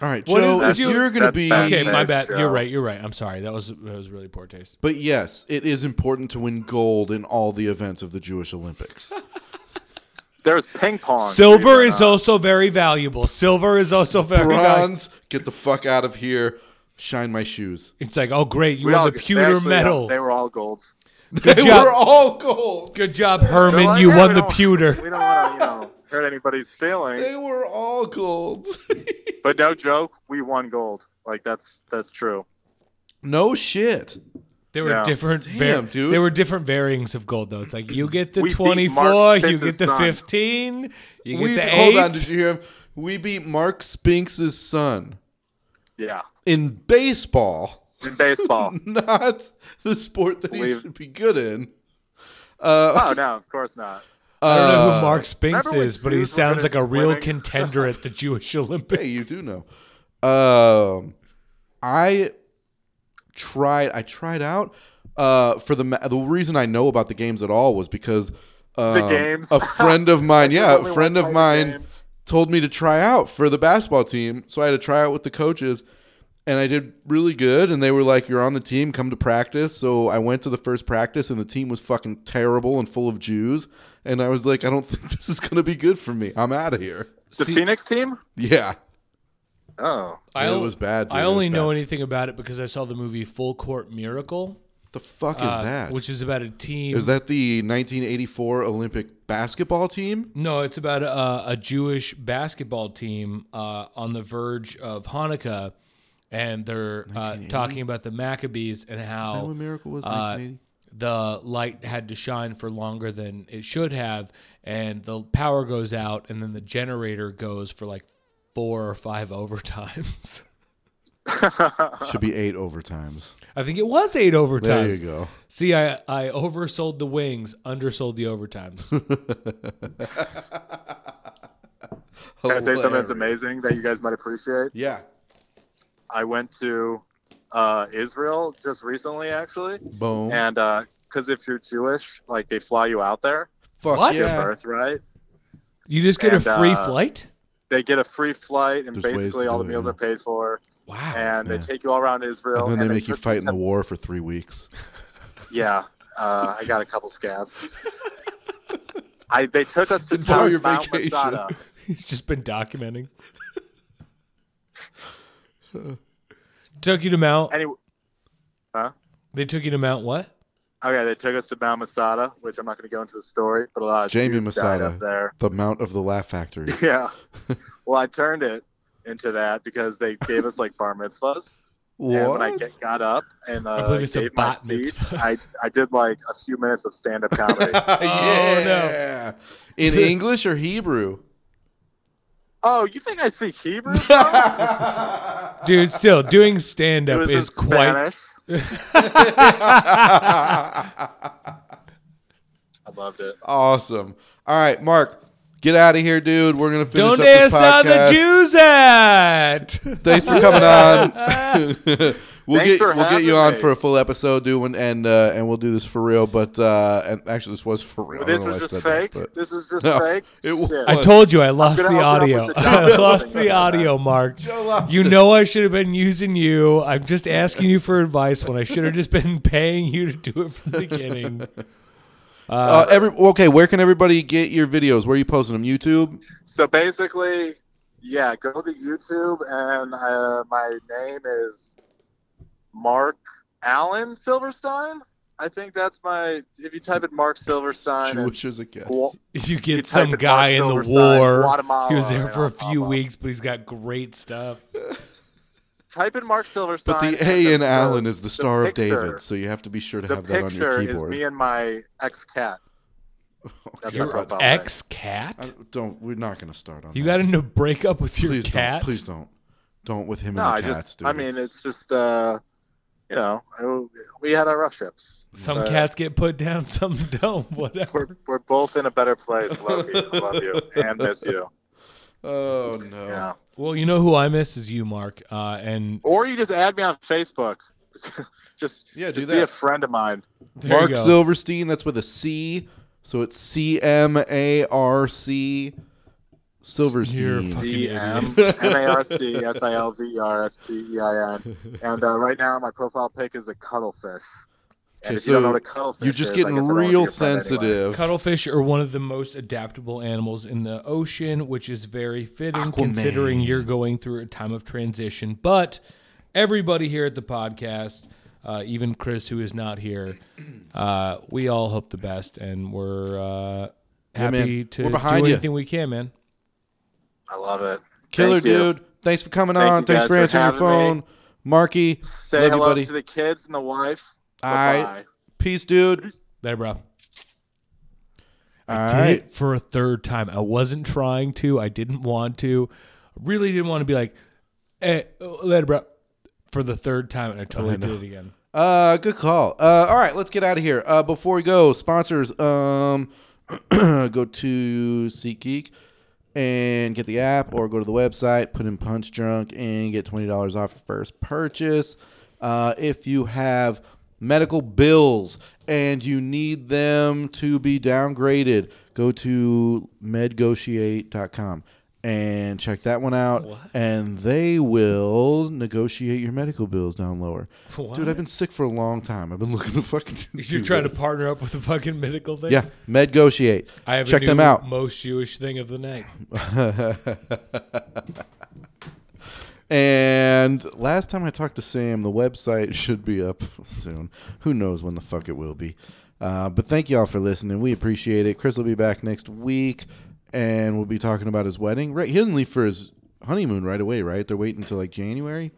[SPEAKER 4] All right,
[SPEAKER 5] What is
[SPEAKER 4] Joe,
[SPEAKER 5] the
[SPEAKER 4] if
[SPEAKER 5] Jew-
[SPEAKER 4] you're going to
[SPEAKER 8] That's
[SPEAKER 4] be.
[SPEAKER 8] bad
[SPEAKER 5] Okay, my
[SPEAKER 8] Nice
[SPEAKER 5] bad.
[SPEAKER 8] job.
[SPEAKER 5] You're right. You're right. I'm sorry. That was that was really poor taste.
[SPEAKER 4] But yes, it is important to win gold in all the events of the Jewish Olympics.
[SPEAKER 8] There's ping pong. Uh,
[SPEAKER 5] Silver
[SPEAKER 8] believe it or
[SPEAKER 5] is
[SPEAKER 8] not.
[SPEAKER 5] also very valuable. Silver is also very valuable.
[SPEAKER 4] Bronze, get the fuck out of here. Shine my shoes.
[SPEAKER 5] It's like, oh great, you
[SPEAKER 8] We all
[SPEAKER 5] won the
[SPEAKER 8] get- they
[SPEAKER 5] pewter
[SPEAKER 8] actually all-
[SPEAKER 5] medal.
[SPEAKER 8] They were all golds.
[SPEAKER 4] They
[SPEAKER 5] job.
[SPEAKER 4] were all gold.
[SPEAKER 5] Good job,
[SPEAKER 8] They're
[SPEAKER 5] Herman.
[SPEAKER 8] like,
[SPEAKER 5] you
[SPEAKER 8] "Hey,
[SPEAKER 5] won
[SPEAKER 8] we
[SPEAKER 5] the
[SPEAKER 8] don't-
[SPEAKER 5] pewter.
[SPEAKER 8] We don't want to, you know, hurt anybody's feelings.
[SPEAKER 4] They were all gold.
[SPEAKER 8] But no joke, we won gold. Like that's that's true.
[SPEAKER 4] no shit.
[SPEAKER 5] They were
[SPEAKER 8] Yeah.
[SPEAKER 5] different. var-
[SPEAKER 4] Damn, dude.
[SPEAKER 5] They were different varyings of gold, though. It's like you get the
[SPEAKER 8] We beat Mark
[SPEAKER 5] twenty-four, you
[SPEAKER 8] Spitz's
[SPEAKER 5] get the
[SPEAKER 8] son.
[SPEAKER 5] fifteen, you get
[SPEAKER 4] We,
[SPEAKER 5] the eight.
[SPEAKER 4] hold on, did you hear him? We beat Mark Spinks' son
[SPEAKER 8] Yeah.
[SPEAKER 4] in baseball,
[SPEAKER 8] In baseball.
[SPEAKER 4] not the sport that he
[SPEAKER 8] Believe-
[SPEAKER 4] should be good in.
[SPEAKER 8] oh no, of course not.
[SPEAKER 5] I don't know
[SPEAKER 4] Uh,
[SPEAKER 5] who Mark Spinks
[SPEAKER 8] remember when
[SPEAKER 5] is, but he
[SPEAKER 8] Jews were
[SPEAKER 5] sounds like
[SPEAKER 8] good
[SPEAKER 5] a
[SPEAKER 8] at
[SPEAKER 5] real
[SPEAKER 8] swimming?
[SPEAKER 5] contender at the Jewish Olympics.
[SPEAKER 4] Hey, you do know. Um, I tried. I tried out uh, for the ma- the reason I know about the games at all was because um,
[SPEAKER 8] games.
[SPEAKER 4] a friend of mine, yeah, a
[SPEAKER 8] Only
[SPEAKER 4] friend
[SPEAKER 8] one
[SPEAKER 4] of
[SPEAKER 8] player
[SPEAKER 4] mine
[SPEAKER 8] games.
[SPEAKER 4] told me to try out for the basketball team, so I had to try out with the coaches. And I did really good, and they were like, "You're on the team. Come to practice." So I went to the first practice, and the team was fucking terrible and full of Jews. And I was like, "I don't think this is going to be good for me. I'm out of here."
[SPEAKER 8] The Phoenix team?
[SPEAKER 4] Yeah,
[SPEAKER 8] Oh.
[SPEAKER 5] I
[SPEAKER 4] It
[SPEAKER 5] o-
[SPEAKER 4] was bad, dude.
[SPEAKER 5] I
[SPEAKER 4] It
[SPEAKER 5] only
[SPEAKER 4] was
[SPEAKER 5] know
[SPEAKER 4] bad.
[SPEAKER 5] anything about it because I saw the movie Full Court Miracle,
[SPEAKER 4] the fuck is
[SPEAKER 5] uh,
[SPEAKER 4] that?
[SPEAKER 5] which is about a team.
[SPEAKER 4] Is that the 1984 Olympic basketball team?
[SPEAKER 5] No, it's about a, a Jewish basketball team uh, on the verge of Hanukkah, and they're uh, talking about the Maccabees and how
[SPEAKER 4] What miracle was
[SPEAKER 5] uh,
[SPEAKER 4] 1980?
[SPEAKER 5] the light had to shine for longer than it should have, and the power goes out, and then the generator goes for like four or five overtimes.
[SPEAKER 4] Should be eight overtimes.
[SPEAKER 5] I think it was eight overtimes.
[SPEAKER 4] There you go.
[SPEAKER 5] See, I, I oversold the wings, undersold the overtimes.
[SPEAKER 8] Can I say something that's amazing that you guys might appreciate?
[SPEAKER 4] Yeah.
[SPEAKER 8] I went to uh, Israel just recently, actually,
[SPEAKER 4] Boom.
[SPEAKER 8] and because if you're Jewish, like they fly you out there,
[SPEAKER 4] Fuck
[SPEAKER 5] What?
[SPEAKER 8] your
[SPEAKER 4] yeah.
[SPEAKER 8] birthright.
[SPEAKER 5] you just get
[SPEAKER 8] And,
[SPEAKER 5] a free
[SPEAKER 8] uh,
[SPEAKER 5] flight?
[SPEAKER 8] They get a free flight, and
[SPEAKER 4] There's ways
[SPEAKER 8] basically
[SPEAKER 4] to
[SPEAKER 8] all
[SPEAKER 4] do
[SPEAKER 8] the
[SPEAKER 4] it,
[SPEAKER 8] meals
[SPEAKER 4] yeah.
[SPEAKER 8] are paid for,
[SPEAKER 5] Wow.
[SPEAKER 8] and
[SPEAKER 4] yeah.
[SPEAKER 8] they take you all around Israel.
[SPEAKER 4] And then they
[SPEAKER 8] and
[SPEAKER 4] make you
[SPEAKER 8] took me
[SPEAKER 4] fight in
[SPEAKER 8] to-
[SPEAKER 4] the war for three weeks.
[SPEAKER 8] Yeah, uh, I got a couple scabs. I they took us to
[SPEAKER 4] Enjoy
[SPEAKER 8] town,
[SPEAKER 4] your
[SPEAKER 8] Mount
[SPEAKER 4] vacation.
[SPEAKER 8] Masada.
[SPEAKER 5] He's just been documenting. took you to Mount.
[SPEAKER 8] Anyway, huh?
[SPEAKER 5] They took you to Mount what?
[SPEAKER 8] Okay, they took us to Mount Masada, which I'm not going to go into the story, but a lot of
[SPEAKER 4] Jamie
[SPEAKER 8] Jews died
[SPEAKER 4] Masada.
[SPEAKER 8] up there.
[SPEAKER 4] The Mount of the Laugh Factory.
[SPEAKER 8] Yeah. well, I turned it into that because they gave us like bar mitzvahs. And when I
[SPEAKER 4] what?
[SPEAKER 8] get, got up and uh,
[SPEAKER 5] believe it's a
[SPEAKER 8] gave my
[SPEAKER 5] bat
[SPEAKER 8] speech,
[SPEAKER 5] mitzvah.
[SPEAKER 8] I, I did like a few minutes of stand up comedy.
[SPEAKER 5] Oh,
[SPEAKER 4] yeah. In English or Hebrew?
[SPEAKER 8] oh, you think I speak Hebrew? bro?
[SPEAKER 5] Dude, still doing stand
[SPEAKER 8] it
[SPEAKER 5] up
[SPEAKER 8] was in
[SPEAKER 5] is quite
[SPEAKER 8] Spanish. I loved it.
[SPEAKER 4] Awesome. All right, Mark, get out of here, dude. We're gonna finish up
[SPEAKER 5] Don't
[SPEAKER 4] this
[SPEAKER 5] ask
[SPEAKER 4] podcast.
[SPEAKER 5] how the Jews at.
[SPEAKER 4] Thanks for coming on. we'll
[SPEAKER 8] Thanks
[SPEAKER 4] get
[SPEAKER 8] for
[SPEAKER 4] we'll get
[SPEAKER 8] having
[SPEAKER 4] you on
[SPEAKER 8] me.
[SPEAKER 4] for a full episode, dude, and and, uh, and we'll do this for real. But uh, and actually, this was for real. I
[SPEAKER 8] This
[SPEAKER 4] don't know
[SPEAKER 8] was
[SPEAKER 4] why I said
[SPEAKER 8] just fake.
[SPEAKER 4] that, but-
[SPEAKER 8] this is just
[SPEAKER 4] No,
[SPEAKER 8] fake.
[SPEAKER 4] it was.
[SPEAKER 8] Shit.
[SPEAKER 5] I told you I lost
[SPEAKER 8] gonna
[SPEAKER 5] the
[SPEAKER 8] help you
[SPEAKER 5] audio.
[SPEAKER 8] out with the
[SPEAKER 5] I
[SPEAKER 8] job.
[SPEAKER 5] lost the audio, Mark.
[SPEAKER 4] lost
[SPEAKER 5] You
[SPEAKER 4] it.
[SPEAKER 5] know I should have been using you. I'm just asking you for advice when I should have just been paying you to do it from the beginning.
[SPEAKER 4] Uh, every okay. Where can everybody get your videos? Where are you posting them? YouTube.
[SPEAKER 8] So basically, yeah, go to YouTube and uh, my name is Mark Allen Silverstein. I think that's my. If you type in Mark Silverstein, and
[SPEAKER 4] Jewish as it gets.
[SPEAKER 8] Gua-
[SPEAKER 5] You get
[SPEAKER 8] You type
[SPEAKER 5] some
[SPEAKER 8] in
[SPEAKER 5] guy in
[SPEAKER 8] Mark
[SPEAKER 5] the
[SPEAKER 8] Silverstein,
[SPEAKER 5] war.
[SPEAKER 8] Guatemala,
[SPEAKER 5] he was there
[SPEAKER 8] and
[SPEAKER 5] for a
[SPEAKER 8] I'll
[SPEAKER 5] few
[SPEAKER 8] pop up.
[SPEAKER 5] weeks, but he's got great stuff.
[SPEAKER 8] type in Mark Silverstein.
[SPEAKER 4] But the
[SPEAKER 8] and
[SPEAKER 4] A in
[SPEAKER 8] the-
[SPEAKER 4] Allen is the Star of
[SPEAKER 8] picture-
[SPEAKER 4] David, so you have to be sure to
[SPEAKER 8] The
[SPEAKER 4] have that on
[SPEAKER 8] picture
[SPEAKER 4] your
[SPEAKER 8] is me
[SPEAKER 4] keyboard.
[SPEAKER 8] and my ex cat. That's my
[SPEAKER 4] Your
[SPEAKER 8] profile. pic.
[SPEAKER 5] Ex cat?
[SPEAKER 4] I don't. We're not going to start on.
[SPEAKER 5] You
[SPEAKER 4] that.
[SPEAKER 5] got into a breakup with your
[SPEAKER 4] please
[SPEAKER 5] cat?
[SPEAKER 4] Don't, please don't. Don't with him
[SPEAKER 8] No,
[SPEAKER 4] and
[SPEAKER 8] I
[SPEAKER 4] the cats.
[SPEAKER 8] just.
[SPEAKER 4] dude.
[SPEAKER 8] I mean, it's just. uh You know, I- we had our rough ships.
[SPEAKER 5] Some
[SPEAKER 8] but-
[SPEAKER 5] cats get put down, some don't. Whatever.
[SPEAKER 8] We're, we're both in a better place. Love you, love you, and miss you.
[SPEAKER 4] Oh no.
[SPEAKER 8] Yeah.
[SPEAKER 5] Well, you know who I miss is you, Mark. Uh, and
[SPEAKER 8] Or you just add me on Facebook. just
[SPEAKER 4] Yeah, do
[SPEAKER 8] just
[SPEAKER 4] that.
[SPEAKER 8] Be a friend of mine.
[SPEAKER 5] there
[SPEAKER 4] Mark
[SPEAKER 5] you go.
[SPEAKER 4] Silverstein. That's with a C. So it's C M A R C
[SPEAKER 5] You're
[SPEAKER 4] Silverstein.
[SPEAKER 5] fucking
[SPEAKER 8] D
[SPEAKER 5] idiot.
[SPEAKER 8] M M A R C S I L V E R S T E I N. And uh, right now, my profile pic is a cuttlefish.
[SPEAKER 4] Okay,
[SPEAKER 8] And if you don't
[SPEAKER 4] so
[SPEAKER 8] know what a cuttlefish
[SPEAKER 4] You're just
[SPEAKER 8] is, I
[SPEAKER 4] getting
[SPEAKER 8] guess I don't wanna be
[SPEAKER 4] real
[SPEAKER 8] your friend anyway.
[SPEAKER 4] sensitive.
[SPEAKER 5] Cuttlefish are one of the most adaptable animals in the ocean, which is very fitting
[SPEAKER 4] Aquaman.
[SPEAKER 5] considering you're going through a time of transition. But everybody here at the podcast, uh, even Chris, who is not here, uh, we all hope the best, and we're uh,
[SPEAKER 4] man.
[SPEAKER 5] happy to
[SPEAKER 4] We're behind
[SPEAKER 5] do
[SPEAKER 4] ya.
[SPEAKER 5] anything we can, man.
[SPEAKER 8] I love it.
[SPEAKER 4] Killer
[SPEAKER 8] Thank you.
[SPEAKER 4] dude. Thanks for coming
[SPEAKER 8] Thank
[SPEAKER 4] on.
[SPEAKER 8] you
[SPEAKER 4] Thanks
[SPEAKER 8] guys
[SPEAKER 4] for
[SPEAKER 8] for
[SPEAKER 4] answering your phone.
[SPEAKER 8] having me.
[SPEAKER 4] Marky.
[SPEAKER 8] Say
[SPEAKER 4] love
[SPEAKER 8] hello
[SPEAKER 4] you, buddy.
[SPEAKER 8] to the kids and the wife.
[SPEAKER 4] Alright.
[SPEAKER 8] Bye.
[SPEAKER 4] Peace, dude.
[SPEAKER 5] There, bro.
[SPEAKER 4] All
[SPEAKER 5] did
[SPEAKER 4] right.
[SPEAKER 5] it for a third time. I wasn't trying to. I didn't want to. Really didn't want to be like, eh, later, bro, for the third time, and I totally did it again.
[SPEAKER 4] Uh, good call. Uh, all right, let's get out of here. Uh, before we go, sponsors. Um, go to SeatGeek and get the app, or go to the website, put in Punch Drunk, and get twenty dollars off your first purchase. Uh, if you have medical bills and you need them to be downgraded, go to medgotiate.com and check that one out and they will negotiate your medical bills down lower dude i've been sick for a long time i've been looking to fucking do
[SPEAKER 5] You're trying
[SPEAKER 4] this.
[SPEAKER 5] to partner up with the fucking medical thing.
[SPEAKER 4] yeah medgotiate
[SPEAKER 5] I have a
[SPEAKER 4] check them
[SPEAKER 5] new
[SPEAKER 4] out
[SPEAKER 5] Most Jewish thing of the night.
[SPEAKER 4] And last time I talked to Sam, the website should be up soon. Who knows when the fuck it will be. Uh, but thank y'all for listening. We appreciate it. Chris will be back next week, and we'll be talking about his wedding. Right, he doesn't leave for his honeymoon right away, right? They're waiting until like January.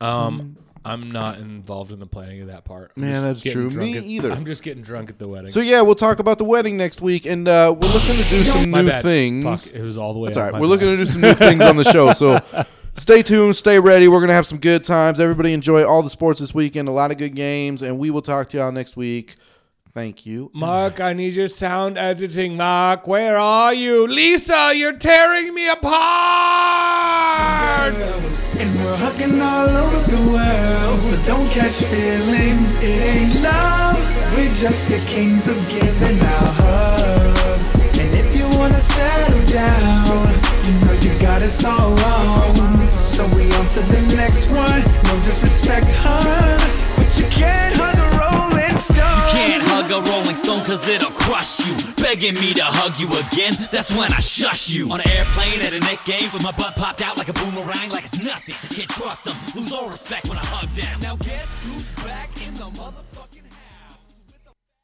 [SPEAKER 5] Um, I'm not involved in the planning of that part. I'm
[SPEAKER 4] Man,
[SPEAKER 5] just
[SPEAKER 4] that's
[SPEAKER 5] getting
[SPEAKER 4] true.
[SPEAKER 5] drunk
[SPEAKER 4] Me
[SPEAKER 5] at-
[SPEAKER 4] either.
[SPEAKER 5] I'm just getting drunk at the wedding.
[SPEAKER 4] So yeah, we'll talk about the wedding next week, and uh, we're looking to do some
[SPEAKER 5] My
[SPEAKER 4] new
[SPEAKER 5] bad.
[SPEAKER 4] things.
[SPEAKER 5] Fuck, it was all the way.
[SPEAKER 4] That's
[SPEAKER 5] up
[SPEAKER 4] all right.
[SPEAKER 5] my
[SPEAKER 4] We're looking
[SPEAKER 5] bad.
[SPEAKER 4] to do some new things on the show. So stay tuned, stay ready. We're going to have some good times. Everybody enjoy all the sports this weekend, a lot of good games, and we will talk to y'all next week. Thank you.
[SPEAKER 5] Mark, I need your sound editing. Mark, where are you? Lisa, you're tearing me apart.
[SPEAKER 9] And we're hugging all over the world. So don't catch feelings, it ain't love. We're just the kings of giving out hugs. And if you wanna settle down, you know you got us all wrong. So we on to the next one. No disrespect, huh? But you can't hug a rolling stone.
[SPEAKER 10] Can't hug a rolling stone cause it'll crush you. Begging me to hug you again, that's when I shush you. On an airplane at a neck game with my butt popped out like a boomerang, like it's nothing. Can't trust them, lose all respect when I hug them. Now guess who's